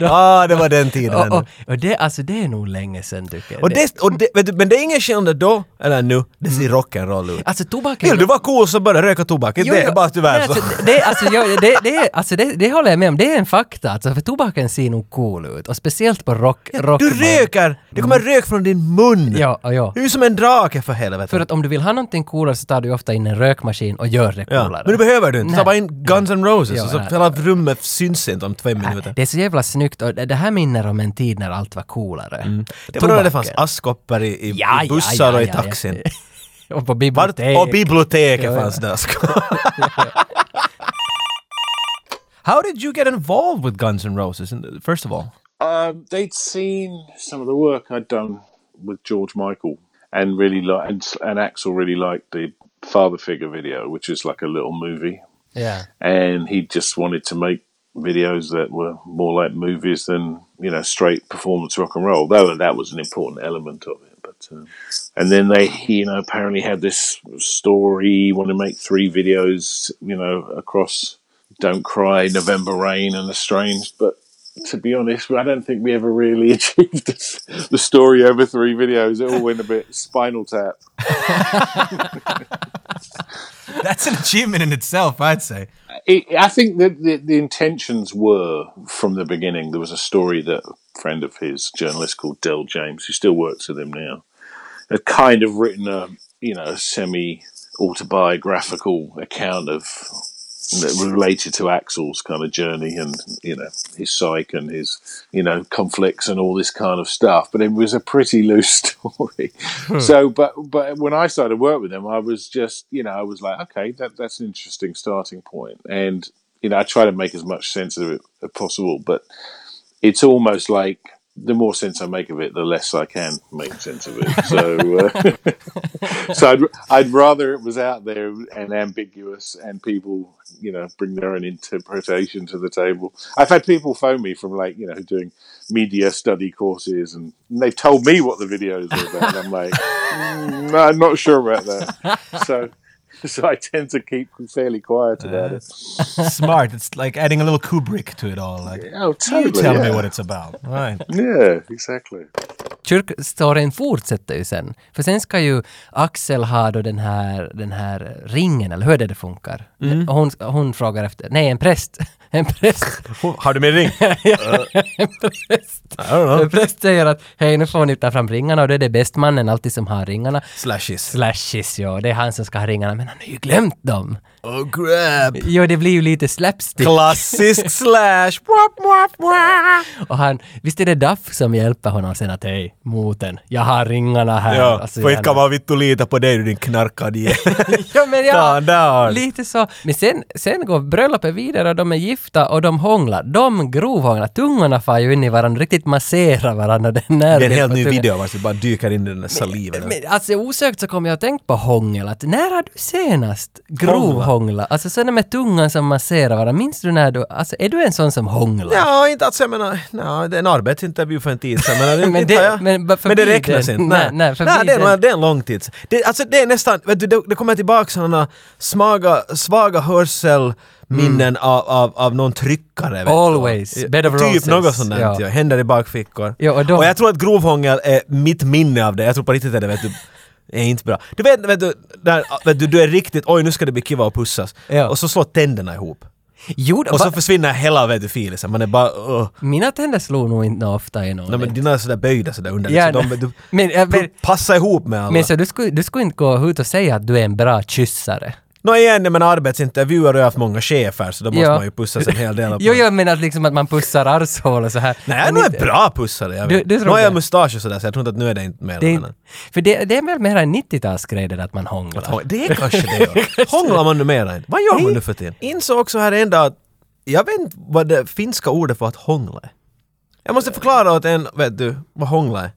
De, Ah, det var den tiden. och, ännu. och, och det, alltså, det är nog länge sedan tycker jag. Och det, och det, vet du, men det är ingen skillnad då eller nu. Det ser rock'n'roll ut. alltså tobaken... Vill du vara cool så börja röka tobak. Inte Jo, det jo. är bara tyvärr Nej, så. Alltså, det, alltså, jag, det, det, är- alltså det, det håller jag med om, det är en fakta. Alltså, för tobaken ser nog cool ut. Och speciellt på rock, rock Du röker! Det kommer rök från din mun! Mm. Ja, och ja. Du är som en drake för helvete. För att om du vill ha någonting coolare så tar du ju ofta in en rökmaskin och gör det ja. coolare. Men det behöver du inte. Ta Nej. bara in Guns N' Roses Ja, och så nej. hela rummet syns inte om två minuter. Äh, Det är så jävla snyggt och det det här minner om en tid när allt var coolare. Mm. Det var då det fanns Tobaken. askkoppar i, i, Ja, i ja, bussar ja, och i ja, ja. taxin. och på Vart, biblioteket. och biblioteket Ja, ja. fanns det askkoppar. How did you get involved with Guns N' Roses, in- first of all? Um, they'd seen some of the work I'd done with George Michael, and really like and, and Axel really liked the father figure video, which is like a little movie, Ja. and he just wanted to make videos that were more like movies than you know straight performance rock and roll. Though that was an important element of it. But uh, and then they, you know, apparently had this story. Want to make three videos, you know, across "Don't Cry," "November Rain," and "Estranged," but to be honest, I don't think we ever really achieved this, the story over three videos. It all went a bit spinal tap. That's an achievement in itself, I'd say. It, I think that the, the intentions were from the beginning. There was a story that a friend of his, journalist called Del James, who still works with him now, had kind of written a you know semi autobiographical account of related to Axel's kind of journey and you know his psyche and his you know conflicts and all this kind of stuff. But it was a pretty loose story. so, but but when I started work with him, I was just you know I was like, okay, that that's an interesting starting point, and you know I try to make as much sense of it as possible, but it's almost like the more sense I make of it, the less I can make sense of it. So, uh, so I'd, I'd rather it was out there and ambiguous, and people, you know, bring their own interpretation to the table. I've had people phone me from like, you know, doing media study courses, and they've told me what the videos are about. And I'm like, "Mm, no, I'm not sure about that. So, so I tend to keep fairly quiet about it. Smart. It's like adding a little Kubrick to it all. Like, Oh, you totally. tell yeah. me what it's about. Right. yeah, exactly. Kyrkstoryn fortsätter ju sen. För sen ska ju Axel ha då den här, den här ringen, eller hur det, det funkar. Mm. Och hon, hon frågar efter, nej en präst, en präst, Har du min ring? en präst. I don't know. En präst säger att hej nu får ni ta fram ringarna och det är det bästmannen alltid som har ringarna. Slashes. Slashes ja, det är han som ska ha ringarna men han har ju glömt dem. Oh grab. Jo det blir ju lite slapstick. Klassisk slash. Wap, wap, wap. Och han, visst är det Duff som hjälper honom sen att hej, moten, jag har ringarna här. Alltså, Ja, alltså, Och så för gör inte kan han- man vittu lita på dig du din knarkade jävel. ja, men ja, Fan, där har du. lite så. Men sen, sen går bröllopet vidare och de är gifta och de hånglar. De grovhånglar. Tungorna far ju in i varandra, riktigt masserar varandra. Den Det är en helt ny video vars det bara dyker in i den där saliven. Men alltså osökt så kommer jag att tänka på hångel, att när har du senast grovhångla? Alltså sådana med tungan som masserar varandra, minns du när du, alltså är du en sån som hånglar? Ja, inte att jag menar, no, det är en arbetsintervju för en tid sedan. Men, det- Men inte det- har jag- men bara men det förbi räknas den. inte. Nej, nej, förbi det, är, den. nog- det är en lång tid sedan. det, alltså, det är nästan, vet du, det, det kommer tillbaka sådana smaga, svaga hörselminnen av, av, av någon tryckare. vet du. Mm. Always. Bed of Typ roses. något sånt där, Ja. ja. händer i bakfickor. Ja, och och, de- jag tror att grovhångel är mitt minne av det, jag tror på riktigt att det vet du, är inte bra. Du vet, vet, du, där, vet du, du är riktigt, oj nu ska det bli kiva och pussas. Ja. Och så slår tänderna ihop. Jo, då, Och så va- försvinner hela vet du filisen, man är bara "Ugh." mina tänder slog nog inte ofta i någon. Nej men dina är sådär böjda sådär under. Ja, liksom. nej. de, du, Men, ja, men- du passar ihop med alla. Men så du skulle, du skulle inte gå ut och säga att du är en bra kyssare? Nå igen, men arbetsintervjuer har jag haft många chefer så då måste man ju pussas en hel del. av- Jo, jag menar liksom att man pussar arshål och så här. Nej, jag är Men nog inte- en bra pussare. Jag Du- vet. du nu tror har jag det? mustasch och sådär så jag tror inte att nu är det inte mer. Det är, Det, inte- för det, det är väl mer en 90-talsgrej det där att man hånglar? det är kanske det. ja. Hånglar man numera inte? Vad gör man nu för tiden? Insåg också här en dag att jag vet inte vad det finska ordet för att hångla är. Jag måste förklara åt en, vet du, vad hångla är.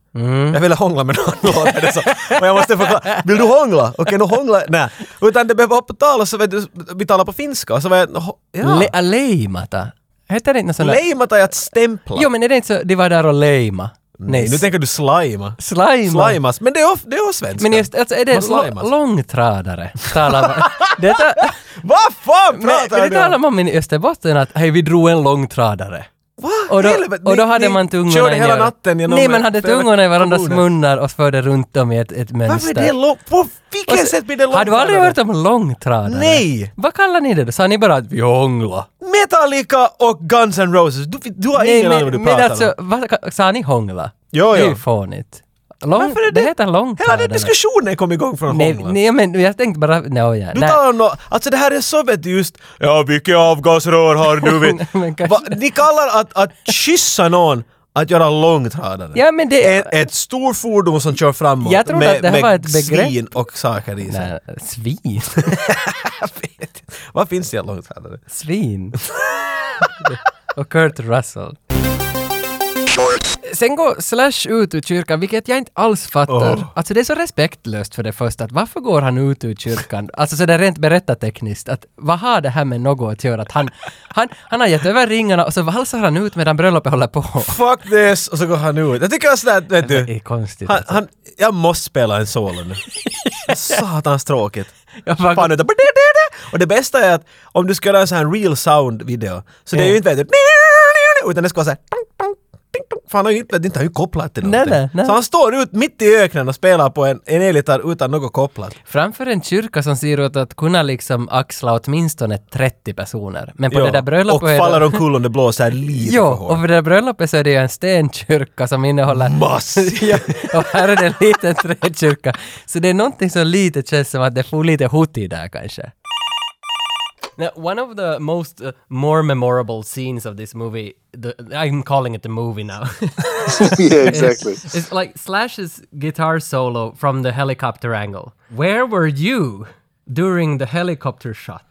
Jag ville hångla med någon, låter det så. Och jag måste förklara, vill du hångla? Okej, nu hångla, nej. Utan det behöver vara på tal och så vet du, vi talar på finska och så var jag, nå, ho- ja. Le, a leimata? Heter det inte något sånt där? Leimata är att stämpla. Jo, men är det inte så, de var där och leima? Nej, Nu tänker du slima. slima. Slimas, men det är, of, det är of svenska. Men just, alltså är det Man lo- slimas. långtradare? Talar man... det ta, Vad fan men, pratar men det du om? talar man i Österbotten att hej, vi drog en långtradare. Va? Och då, Helvete, och då ni- hade ni man tungorna körde i hela varandra. natten genom Nej, man hade flera tungorna i varandras kommuner. munnar och förde runt dem i ett, ett Varför mönster. är det långt? På Och vilket så- sätt blir det långt? Har du aldrig hört om långtradare? Nej. Vad kallar ni det då? Sa ni bara att vi hångla? Metallica och Guns N' Roses. Du, du har ingen aning vad du men pratar alltså, om. vad, ka- sa ni hångla? Jo, Det är jo. ju fånigt. Lång, Varför det? är heter Hela långtradare. den diskussionen kom igång från nej, hångla. nej, men jag tänkte bara... No, ja. Du nej. talar om nå- Alltså det här är så vet du just... Ja, vilket avgasrör har du? vet- Men kanske- Va, ni kallar att, att kyssa någon att göra långtradare. Ja, men det- Ett, ett stort fordon som kör framåt Jag trodde med, att det här med var ett begrepp. svin och saker i sig. Nej, svin. Jag vet inte. Vad finns det i en långtradare? Svin. och Kurt Russell. Sen går Slash ut ur kyrkan, vilket jag inte alls fattar. Åh. Alltså det är så respektlöst för det första, att varför går han ut ur kyrkan? Alltså sådär rent berättartekniskt, att vad har det här med något att göra? Att han, han, han har gett över ringarna och så valsar han ut medan bröllopet håller på. Fuck this! Och så går han ut. Jag tycker jag sådär, vet Det är du. konstigt. Han, alltså. han, jag måste spela en solo nu. Satans tråkigt. Jag bara- Fan, utan- och det bästa är att om du ska göra en sån här real sound-video, så det är ju inte vet du, utan det ska vara såhär för han har ju inte, vet du, inte han har ju kopplat till Nej, någonting. nej, nej. Så han står ut mitt i öknen och spelar på en, en elgitarr utan något kopplat. Framför en kyrka som ser ut att kunna liksom axla åtminstone 30 personer. Men på Ja. det där och bröllopet... är det- faller omkull om det blåser lite Jo, för hårt. och för det där bröllopet så är det ju en stenkyrka som innehåller... Massiv. ja, och här är det en liten träkyrka. Så det är någonting som lite känns som att det får lite hot i där kanske. Now, one of the most uh, more memorable scenes of this movie, the, I'm calling it the movie now. yeah, exactly. It's like Slash's guitar solo from the helicopter angle. Where were you during the helicopter shot?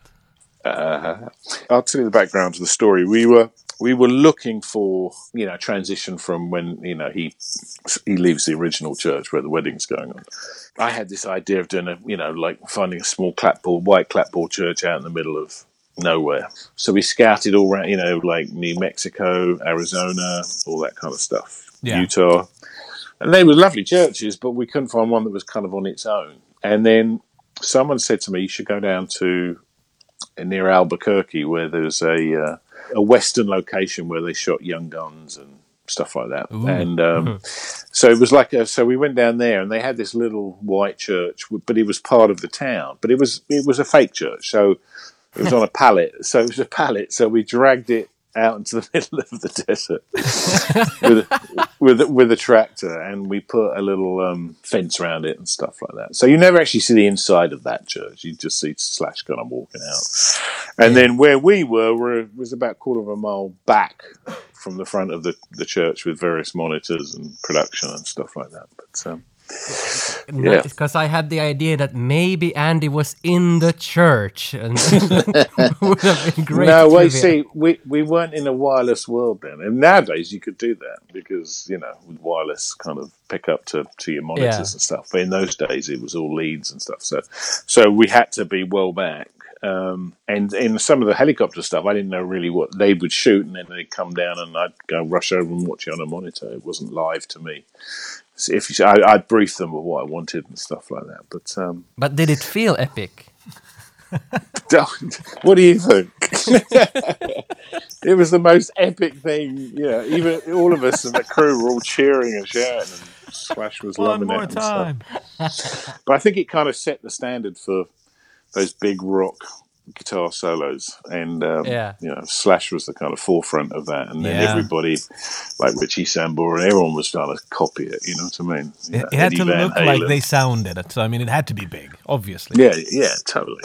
I'll tell you the background to the story. We were we were looking for you know transition from when you know he he leaves the original church where the wedding's going on. I had this idea of doing a you know like finding a small clapboard white clapboard church out in the middle of nowhere. So we scouted all around you know like New Mexico, Arizona, all that kind of stuff, Yeah. Utah, and they were lovely churches, but we couldn't find one that was kind of on its own. And then someone said to me, "You should go down to near Albuquerque, where there's a uh, a western location where they shot Young Guns and stuff like that. And um, so it was like a, so we went down there, and they had this little white church, w- but it was part of the town, but it was it was a fake church, so it was on a pallet, so it was a pallet, so we dragged it. Out into the middle of the desert with, a- with a- with a tractor, and we put a little um, fence around it and stuff like that. So you never actually see the inside of that church; you just see Slash kind of walking out. And then where we were, were was about a quarter of a mile back from the front of the, the church with various monitors and production and stuff like that. But um, Yeah. Because I had the idea that maybe Andy was in the church and would have been great. no, well, you trivia. see, we, we weren't in a wireless world then. And nowadays you could do that because, you know, with wireless kind of pick up to, to your monitors Yeah. and stuff. But in those days it was all leads and stuff. So so we had to be well back. Um, and in some of the helicopter stuff, I didn't know really what they would shoot, and then they'd come down, and I'd go rush over and watch it on a monitor. It wasn't live to me. So if you, I, I'd brief them with what I wanted and stuff like that. But um, But did it feel epic? don't. What do you think? it was the most epic thing. Yeah, even all of us in the crew were all cheering and shouting, and Slash was One loving more it. and stuff. time. But I think it kind of set the standard for those big rock guitar solos, and um, Yeah. you know, Slash was the kind of forefront of that, and then Yeah. everybody, like Richie Sambora, everyone was trying to copy it. You know what I mean? It, it had to look like they sounded. So I mean, it had to be big, obviously. Yeah, yeah, totally.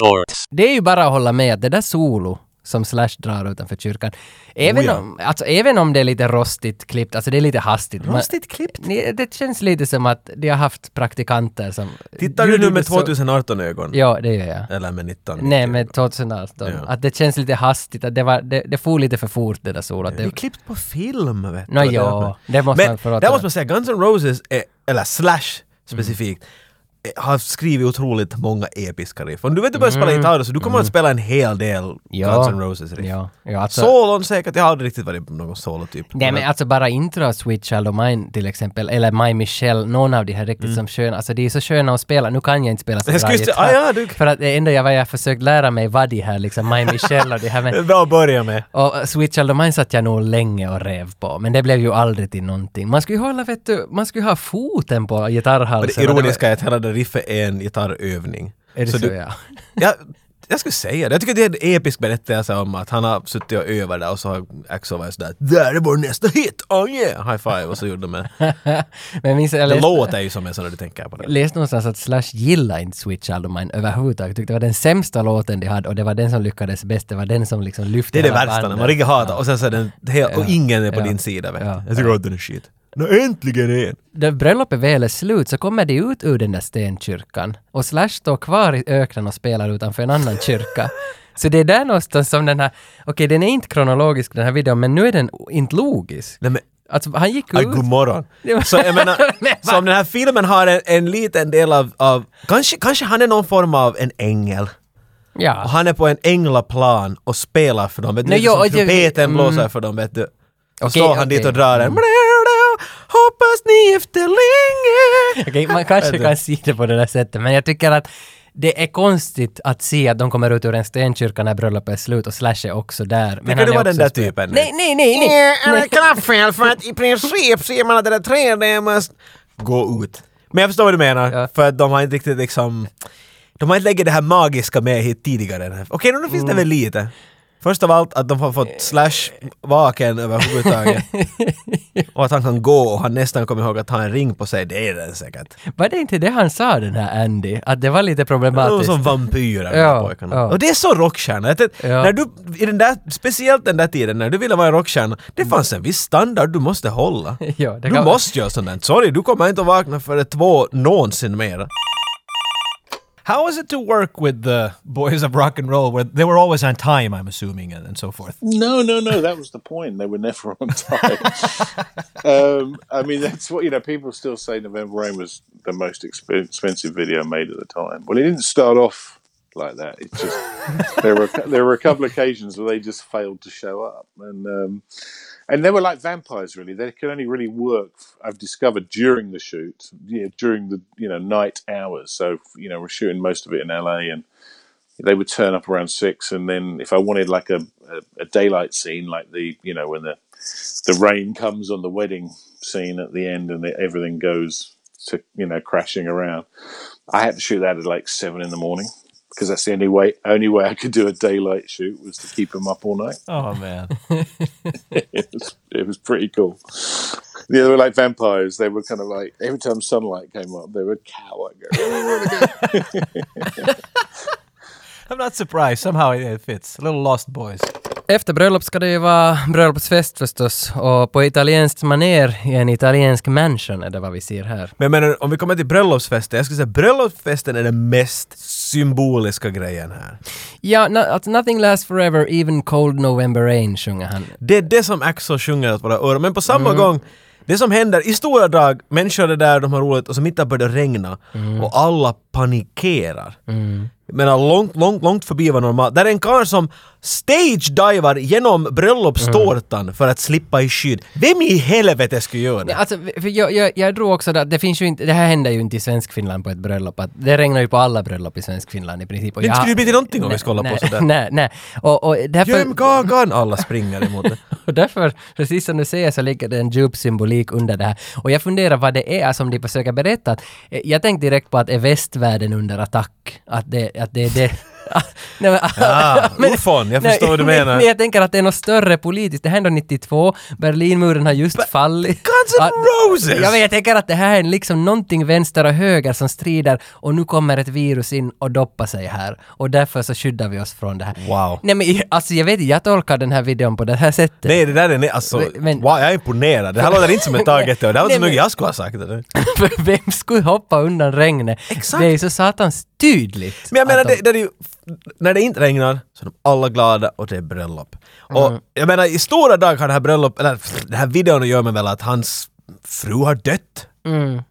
Shorts. Det är ju bara att hålla med att det där solo som Slash drar utanför kyrkan, även, Oh ja. om, alltså, även om det är lite rostigt klippt, alltså det är lite hastigt. man- Rostigt klippt? Ni- Det känns lite som att de har haft praktikanter som... Tittar du nu gjorde med så- 2018-ögon? Ja, det gör jag. Eller med 19? Nej, med 2018. Ja. Att det känns lite hastigt, att det, var, det, det for lite för fort det där solot. Det är Det, klippt på film vet Nå, du. ja, det måste Men man förlåta där mig. måste man säga, Guns N' Roses, är, eller Slash specifikt, eh, har skrivit otroligt många episka riff. Om du vet du börjar spela gitarr så du kommer att spela en hel del Mm. Ja. Guns N' Roses riff. ja, ja, alltså, Solon säkert, jag har aldrig riktigt varit på någon typ. solotyp. Nej men alltså bara intro av Sweet Child of Mine till exempel, eller My Michelle, någon av de här riktigt som sköna, alltså de är så sköna att spela, nu kan jag inte spela så Mm. Jag bra skulle just- gitarr. ah, ja, du- För att det enda jag, vad jag försökt lära mig var de här liksom, My Michelle och det här Det är men bra att börja med. och eh, Sweet Child of Mine satt jag nog länge och rev på, men det blev ju aldrig till någonting. Man skulle ju hålla, vet du, man skulle ju ha foten på Och gitarrhalsen. det ironiska är att hela det riffet är en gitarrövning. Är det så, du- ja. jag, jag skulle säga det. Jag tycker det är en episk berättelse om att han har suttit och övat där och så har Axel varit sådär ”Där är vår nästa hit! Oh yeah!” High five! Och så gjorde de en men jag minns, jag Det läste- låter ju som en sån när du tänker på det. läste någonstans att Slash gillade inte Sweet Child of Mine överhuvudtaget. Tyckte det var den sämsta låten de hade och det var den som lyckades bäst. Det var den som liksom lyfte Det är det hela värsta, när bandet. man riktigt hatar och sen så är den helt, och ingen är på Ja. din sida vet du. Ja. Jag tycker att den är shit. Nå äntligen en! När bröllopet väl är slut så kommer de ut ur den där stenkyrkan och Slash står kvar i öknen och spelar utanför en annan kyrka. Så det är där någonstans som den här, okej den är inte kronologisk den här videon men nu är den o- inte logisk. Nej men, Alltså han gick aj, ut... god morgon. Det var- Så jag menar, Men så om den här filmen har en, en liten del av, av kanske, kanske han är någon form av en ängel. Och Ja. han är på en änglaplan och spelar för dem. Vet du, Nej, lite jo, som och det- trumpeten mm. blåser för dem, vet du. Så Okej, står han okej. Mm. dit och drar en... Hoppas ni efter länge! Okej, man kanske kan se det på det där sättet men jag tycker att det är konstigt att se att de kommer ut ur en stenkyrka när bröllopet är slut och Slash är också där. Men Tycker du är var den också där spe- typen? nu? Nej, nej, nej, nej! Eh, Eller klaffel för att i princip ser man att det där trädet måste gå ut. Men jag förstår vad du menar, Ja. för att de har inte riktigt Mm. liksom... De har inte lagt det här magiska med hit tidigare. Okej, nu finns det väl lite. Först av allt att de har fått Slash vaken överhuvudtaget. och att han kan gå och han nästan kommer ihåg att ha en ring på sig. Det är den säkert. Var det inte det han sa den här Andy? Att det var lite De problematiskt? som vampyrer, de Ja, här pojkarna. ja. Och det är så rockstjärna. Jag tänkte, Ja. När du, i den där, speciellt den där tiden när du ville vara en rockstjärna, det fanns en viss standard du måste hålla. Ja, det du kan- måste göra sånt där. Sorry, du kommer inte att vakna före två någonsin mer. How is it to work with the boys of rock and roll? Where they were always on time, I'm assuming, and, and so forth. No, no, no. That was the point. They were never on time. um, I mean, that's what you know. People still say November Rain was the most exp- expensive video made at the time. Well, it didn't start off like that. It just there were there were a couple of occasions where they just failed to show up, and um, and they were like vampires. Really, they could only really work. I've discovered during the shoot, yeah, during the you know night hours. So you know, we're shooting most of it in LA, and they would turn up around six, and then if I wanted like a, a, a daylight scene, like the you know when the the rain comes on the wedding scene at the end, and it, everything goes to you know crashing around, I had to shoot that at like seven in the morning because that's the only way only way I could do a daylight shoot was to keep them up all night. Oh man, It was, it was pretty cool. Yeah, they were like vampires. They were kind of like every time sunlight came up, they would cower. I'm not surprised. Somehow it, it fits. Little Lost Boys. Efter bröllop ska det ju vara bröllopsfest förstås och på italienskt maner i en italiensk mansion är det vad vi ser här. Men jag menar, om vi kommer till bröllopsfesten, jag skulle säga bröllopsfesten är den mest symboliska grejen här. Ja, no, att nothing lasts forever, even cold November rain sjunger han. Det är det som Axel sjunger åt våra öron, men på samma Mm. gång det som händer, i stora drag, människor är där, de har roligt och så mitt börjar det regna Mm. och alla panikerar. Men långt, långt, långt förbi vad normalt. Där är en karl som stage-divar genom bröllopstårtan för att slippa i skydd. Vem i helvete skulle göra det? Alltså, för jag, jag, jag tror också att det finns ju inte, det här händer ju inte i svensk Finland på ett bröllop. Att det regnar ju på alla bröllop i svensk Finland i princip. Och Det jag- skulle ju bli till någonting om vi Nej, skulle hålla på nej, sådär. Nej, nej. Och, och därför... Göm kakan! Alla springer emot det. Och därför, precis som du säger, så ligger det en djup symbolik under det här. Och jag funderar vad det är som de försöker berätta. Att, eh, Jag tänkte direkt på att är västvärlden under attack? Att det, att det är det... nej, men, Ah, ufon, jag förstår vad du men- menar. Men jag tänker att det är något större politiskt. Det här är ändå 92, Berlinmuren har just fallit. Guns N' Att- Roses! Ja, men jag tänker att det här är liksom någonting vänster och höger som strider och nu kommer ett virus in och doppar sig här. Och därför så skyddar vi oss från det här. Wow. Nej men alltså jag vet inte, jag tolkar den här videon på det här sättet. Nej, det där är... ne- Alltså, Men- wow, jag är imponerad. Det här låter inte som ett taget och Det här var Nej, så mycket men- jag skulle ha sagt. Det. För vem skulle hoppa undan regnet? Exakt. Det är ju så satans tydligt. Men jag menar, att de- det, det är ju, när det inte regnar så är de alla glada och det är bröllop. Och Mm. jag menar, i stora dag har det här bröllop, eller pff, den här videon gör mig väl att hans fru har dött.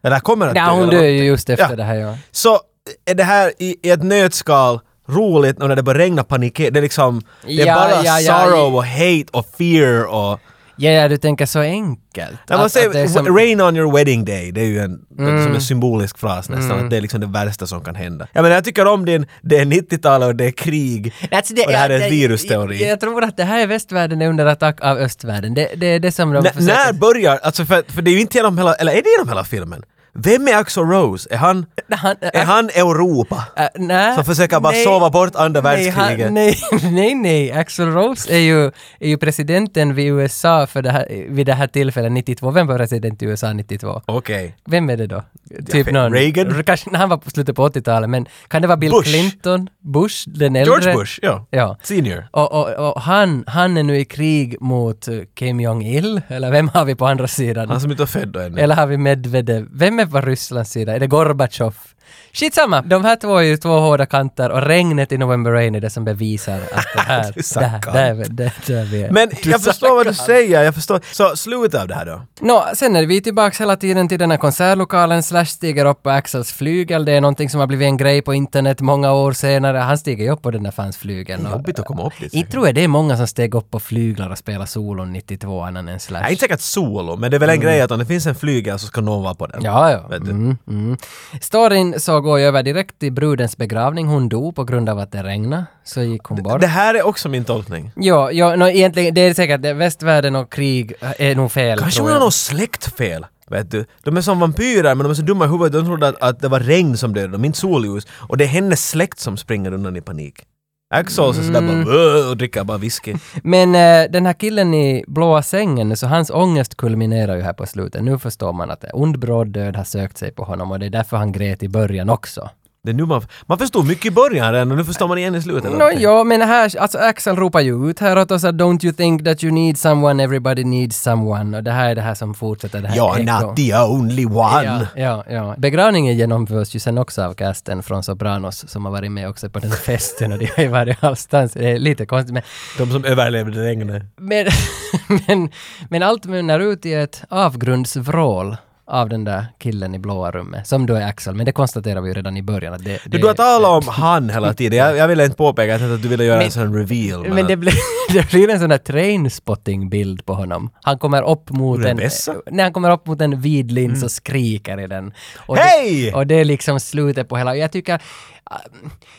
Eller kommer att dö. Mm. Nej, hon eller dör något. ju just efter Ja. det här ja. Så är det här i, i ett nötskal roligt och när det börjar regna panik, det är liksom, det är Ja, bara ja, ja, sorrow ja. och hate och fear och... Ja, ja, du tänker så enkelt. Ja, man Att- att det säger, är som- Mm. Rain on your wedding day, det är ju en, som en symbolisk fras nästan, att det är liksom det värsta som kan hända. Jag menar, jag tycker om din, det är 90-talet och det är krig, Alltså, och det här ja, är en virusteori. Jag, jag tror att det här är västvärlden är under attack av östvärlden. Det, det är det som de N- försöker... när börjar, alltså för, för det är ju inte genom hela, eller är det genom hela filmen? Vem är Axl Rose? Är han, Han- är han Europa? Äh, nej, Som försöker bara nej. sova bort andra Nej, världskriget? han, nej, nej, nej. Axel Rose är ju, är ju presidenten vid USA för det här, vid det här tillfället 92. Vem var president i USA 92? Okej. Vem är det då? Typ vet- någon... Reagan? Kanske när han var på slutet på 80-talet, men kan det vara Bill Bush. Clinton? Bush? Den äldre? George Bush, ja. Ja. Senior. Och, och, och han, han är nu i krig mot eh, Kim Jong-Il, eller vem har vi på andra sidan? Han som inte är född då ännu. Eller har vi Medvedev? Vem är på Rysslands sida? Är det Gorbatjov? Skitsamma! De här två är ju två hårda kanter och regnet i November Rain är det som bevisar att det här... Du sa det här, kant. det här, det det här vi är. Men Du jag sa förstår vad du kant. säger, jag förstår. Så slutet av det här då? Nå, sen är vi tillbaks hela tiden till den här konsertlokalen. Slash stiger upp på Axels flygel. Det är någonting som har blivit en grej på internet många år senare. Han stiger ju upp på den där fans flygeln. och- Jobbigt att komma upp dit. Inte tror jag det är många som steg upp på flyglar och spelar solon 92 annan än Slash. Nej, inte säkert solo, men det är väl en grej att om det finns en flygel så ska någon vara på den. Mm. Ja, ja. Vet du. Mm, mm. Storyn så går jag över direkt till brudens begravning. Hon dog på grund av att det regnade. Så gick hon bort. Det här är också min tolkning. Ja, ja no, egentligen, det är säkert det, västvärlden och krig äh, är nog fel. Kanske tror hon jag. har något släktfel. Vet du? De är som vampyrer men de är så dumma i huvudet. De trodde att, att det var regn som dödade dem, inte solljus. Och det är hennes släkt som springer undan i panik. Axel så sådär Mm. bara "Bö", och dricker bara whisky. Men eh, den här killen i blåa sängen, så hans ångest kulminerar ju här på slutet. Nu förstår man att en ond bråd död har sökt sig på honom och det är därför han grät i början också. Det är nu man, man förstod mycket i början redan och nu förstår man igen i slutet. Nå ja, men här, alltså Axel ropar ju ut här åt oss att alltså, “Don't you think that you need someone, everybody needs someone” och det här är det här som fortsätter det här You're ekot. not the only Ja, one. ja, ja. Begravningen genomförs ju sen också av casten från Sopranos som har varit med också på den här festen och det har ju varit allstans. Det är lite konstigt men... De som överlevde regnet. Men, men, men allt mynnar ut i ett avgrundsvrål av den där killen i blåa rummet, som då är Axel. Men det konstaterar vi ju redan i början att det... det Du, du har talat om han hela tiden. Jag, jag ville inte påpeka att du ville göra en sån reveal. Men, Men det blir, det blir en sån där trainspotting-bild på honom. Han kommer upp mot Ur en en... vässa? När han kommer upp mot en vid lins och skriker i den. Och Hej! Det, och det är liksom slutet på hela... Jag tycker... äh,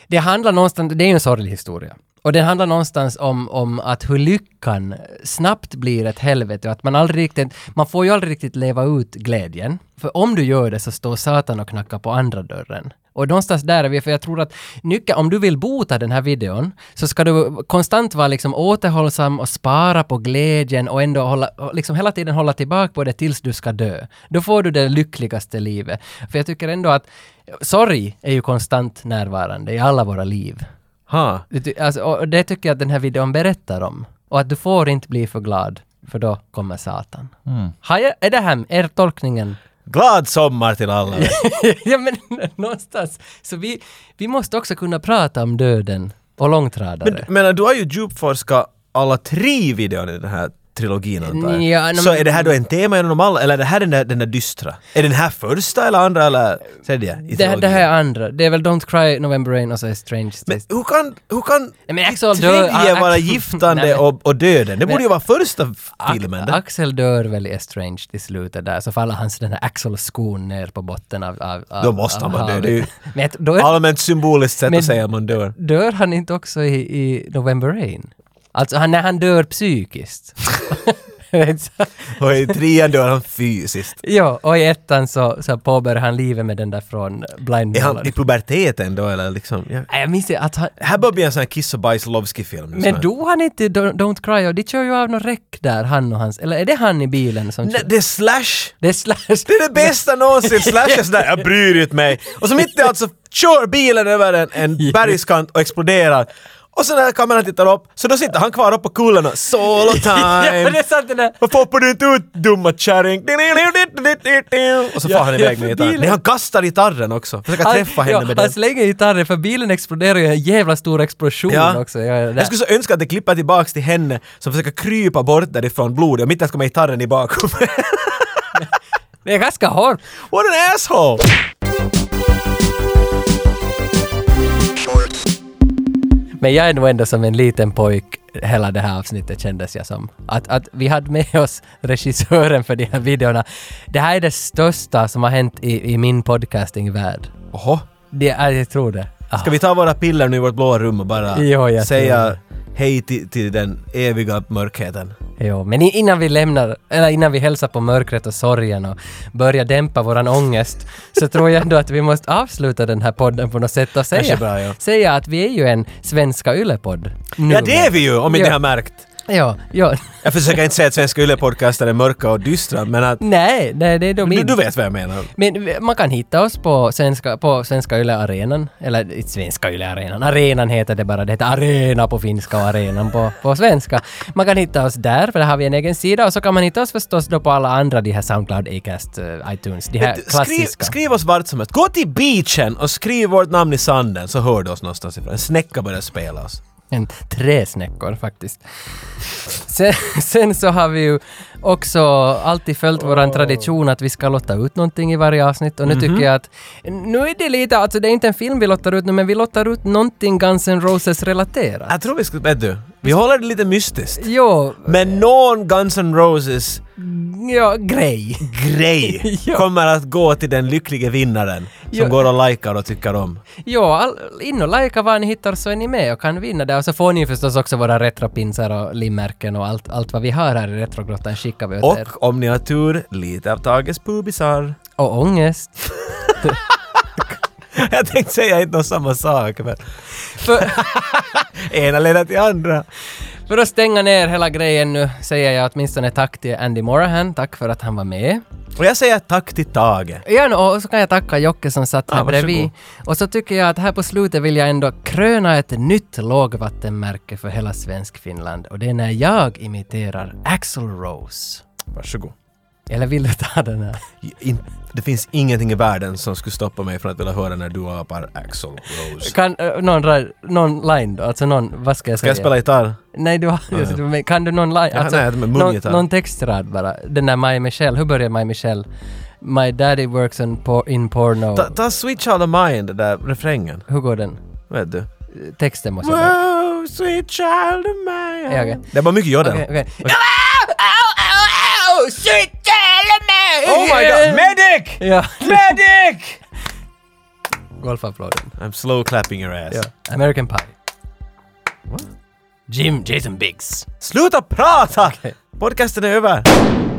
Det handlar någonstans... Det är ju en sorglig historia. Och den handlar någonstans om, om att hur lyckan snabbt blir ett helvete och att man aldrig riktigt... Man får ju aldrig riktigt leva ut glädjen. För om du gör det så står Satan och knackar på andra dörren. Och någonstans där är vi, för jag tror att nyckeln, om du vill bota den här videon, så ska du konstant vara liksom återhållsam och spara på glädjen och ändå hålla, och liksom hela tiden hålla tillbaka på det tills du ska dö. Då får du det lyckligaste livet. För jag tycker ändå att sorg är ju konstant närvarande i alla våra liv. ha. Det ty- Alltså, och och det tycker jag att den här videon berättar om. Och att du får inte bli för glad, för då kommer Satan. Mm. Har jag, är det här er tolkningen? Glad sommar till alla. ja men någonstans. Så vi, vi måste också kunna prata om döden och långtradare. Men du har ju djupforskat alla tre videorna i den här trilogin antar jag. Ja, nej, Så men- är det här då en tema genom alla, eller är det här den där, den där dystra? Är den här första eller andra eller tredje i det, det trilogin? här är andra. Det är väl Don't Cry, November Rain och så är Strange Men Taste. hur kan, hur kan Nej, men Axel dör- tredje Ax- vara giftande Nej, men- och, och döden? Det borde ju vara första Ak- filmen. det. Axel dör väl i Estrange till slutet där, så faller hans den här Axel-skon ner på botten av, av, av Då måste han av vara död. havet. Det är ju- Men jag- då är- Allmänt symboliskt sätt Men- att säga att man dör. dör han inte också i, i November Rain? Alltså han, när han dör psykiskt. Och i trean dör han fysiskt. ja, och i ettan så, så påbörjar han livet med den där från Blind Är Melon. han i puberteten då eller liksom? Ja. Nej, Jag minns inte att han... Här börjar bli en sån här kiss och bajs Lovski-film. Men dog han inte i Don't, Don't Cry? Och de kör ju av någon räck där, han och hans... Eller är det han i bilen som Nej, kör? det är slash! Det är Slash. Det är det bästa någonsin! Slash är sådär, jag bryr inte mig. Och så mitt i allt så kör bilen över en, en bergskant och exploderar. Och så när kameran tittar upp, så då sitter han kvar uppe på kullen och solo Ja, det time! är sant det där. Varför hoppar du inte ut dumma kärring? Och så far Ja, han ja, iväg för med gitarren. bilen- Nej, han kastar gitarren också. Försöker träffa han, henne med han den. slänger gitarren för bilen exploderar ju en jävla stor explosion också. Ja, ja, där. jag skulle så önska att det klipper tillbaks till henne som försöker krypa bort därifrån blodet och mitt i allt kommer gitarren i bakom. Det är ganska hårt. What an asshole! Men jag är nog ändå som en liten pojk hela det här avsnittet kändes jag som. Att, att vi hade med oss regissören för de här videorna. Det här är det största som har hänt i, i min podcastingvärld. Oho. Det är, jag tror det. Ah. Ska vi ta våra piller nu i vårt blåa rum och bara Ja, jag tror säga hej till, till den eviga mörkheten? Jo, men i- innan vi lämnar, eller innan vi hälsar på mörkret och sorgen och börjar dämpa våran ångest, så tror jag ändå att vi måste avsluta den här podden på något sätt och säga, Kanske bra, ja. säga att vi är ju en svenska ylepodd. Ja, det är vi ju, om inte Ja. ni har märkt. Ja, ja. Jag försöker inte säga att svenska ylepodcaster är mörka och dystra, men att Nej, nej, det är de du, inte. du vet vad jag menar. Men vi- man kan hitta oss på Svenska, på svenska Yle Arenan. Eller inte Svenska Yle Arenan. Arenan heter det bara. Det heter Arena på finska och Arenan på, på svenska. Man kan hitta oss där, för där har vi en egen sida. Och så kan man hitta oss förstås då på alla andra de här Soundcloud, Acast, eh, iTunes. De här Skriv, klassiska. skriv oss vart som helst. Gå till beachen och skriv vårt namn i sanden så hör du oss någonstans ifrån. En snäcka börjar spela oss. En tre snäckor faktiskt. Sen, sen så har vi ju också alltid följt våran tradition att vi ska lotta ut någonting i varje avsnitt och nu tycker jag att nu är det lite, alltså det är inte en film vi lottar ut nu men vi lottar ut någonting Guns N' Roses relaterat. Jag tror vi ska... Vet du, vi håller det lite mystiskt. Jo, Men någon Guns N' Roses ja, grej. grej Ja. kommer att gå till den lycklige vinnaren som Ja. går och likar och tycker om. Jo, all, in och likea vad ni hittar så är ni med och kan vinna det. Och så får ni förstås också våra retropinsar och limmärken och allt, allt vad vi har här i retrogrottan skickar vi åt er. Och om ni har tur, lite av Tages pubisar. Och ångest. Jag tänkte säga inte något samma sak, men För, ena leder till andra. för att stänga ner hela grejen nu säger jag åtminstone tack till Andy Morahan. Tack för att han var med. Och jag säger tack till Tage. Ja, nå, och så kan jag tacka Jocke som satt här Ah, varsågod. bredvid. Och så tycker jag att här på slutet vill jag ändå kröna ett nytt lågvattenmärke för hela Svenskfinland. Och det är när jag imiterar Axl Rose. Varsågod. Eller vill du ta den här? In, Det finns ingenting i världen som skulle stoppa mig från att vilja höra när du apar Axl Rose. Kan eh, någon, ra- någon line då? Alltså någon, vad ska jag Ska säga? jag spela gitarr? Nej, du har... just det, men Kan du någon line? Ja, Alltså, nej, men någon, mungitarr. någon textrad bara. Den där My Michelle, hur börjar My Michelle? My daddy works on por- in porno. Ta, ta Switch Out of Mind, den där refrängen. hur går den? Vet du? Texten måste jag säga. Wow, sweet child of mine. Ja, okej. Det var mycket jodel. Okej, okej. Au, au, au, shit, jävla mig! oh my god! Medic! Ja, Medic! golfapplåden. I'm slow clapping your ass. Ja. American Pie. Jim Jason Biggs. Sluta prata! Podcasten är över.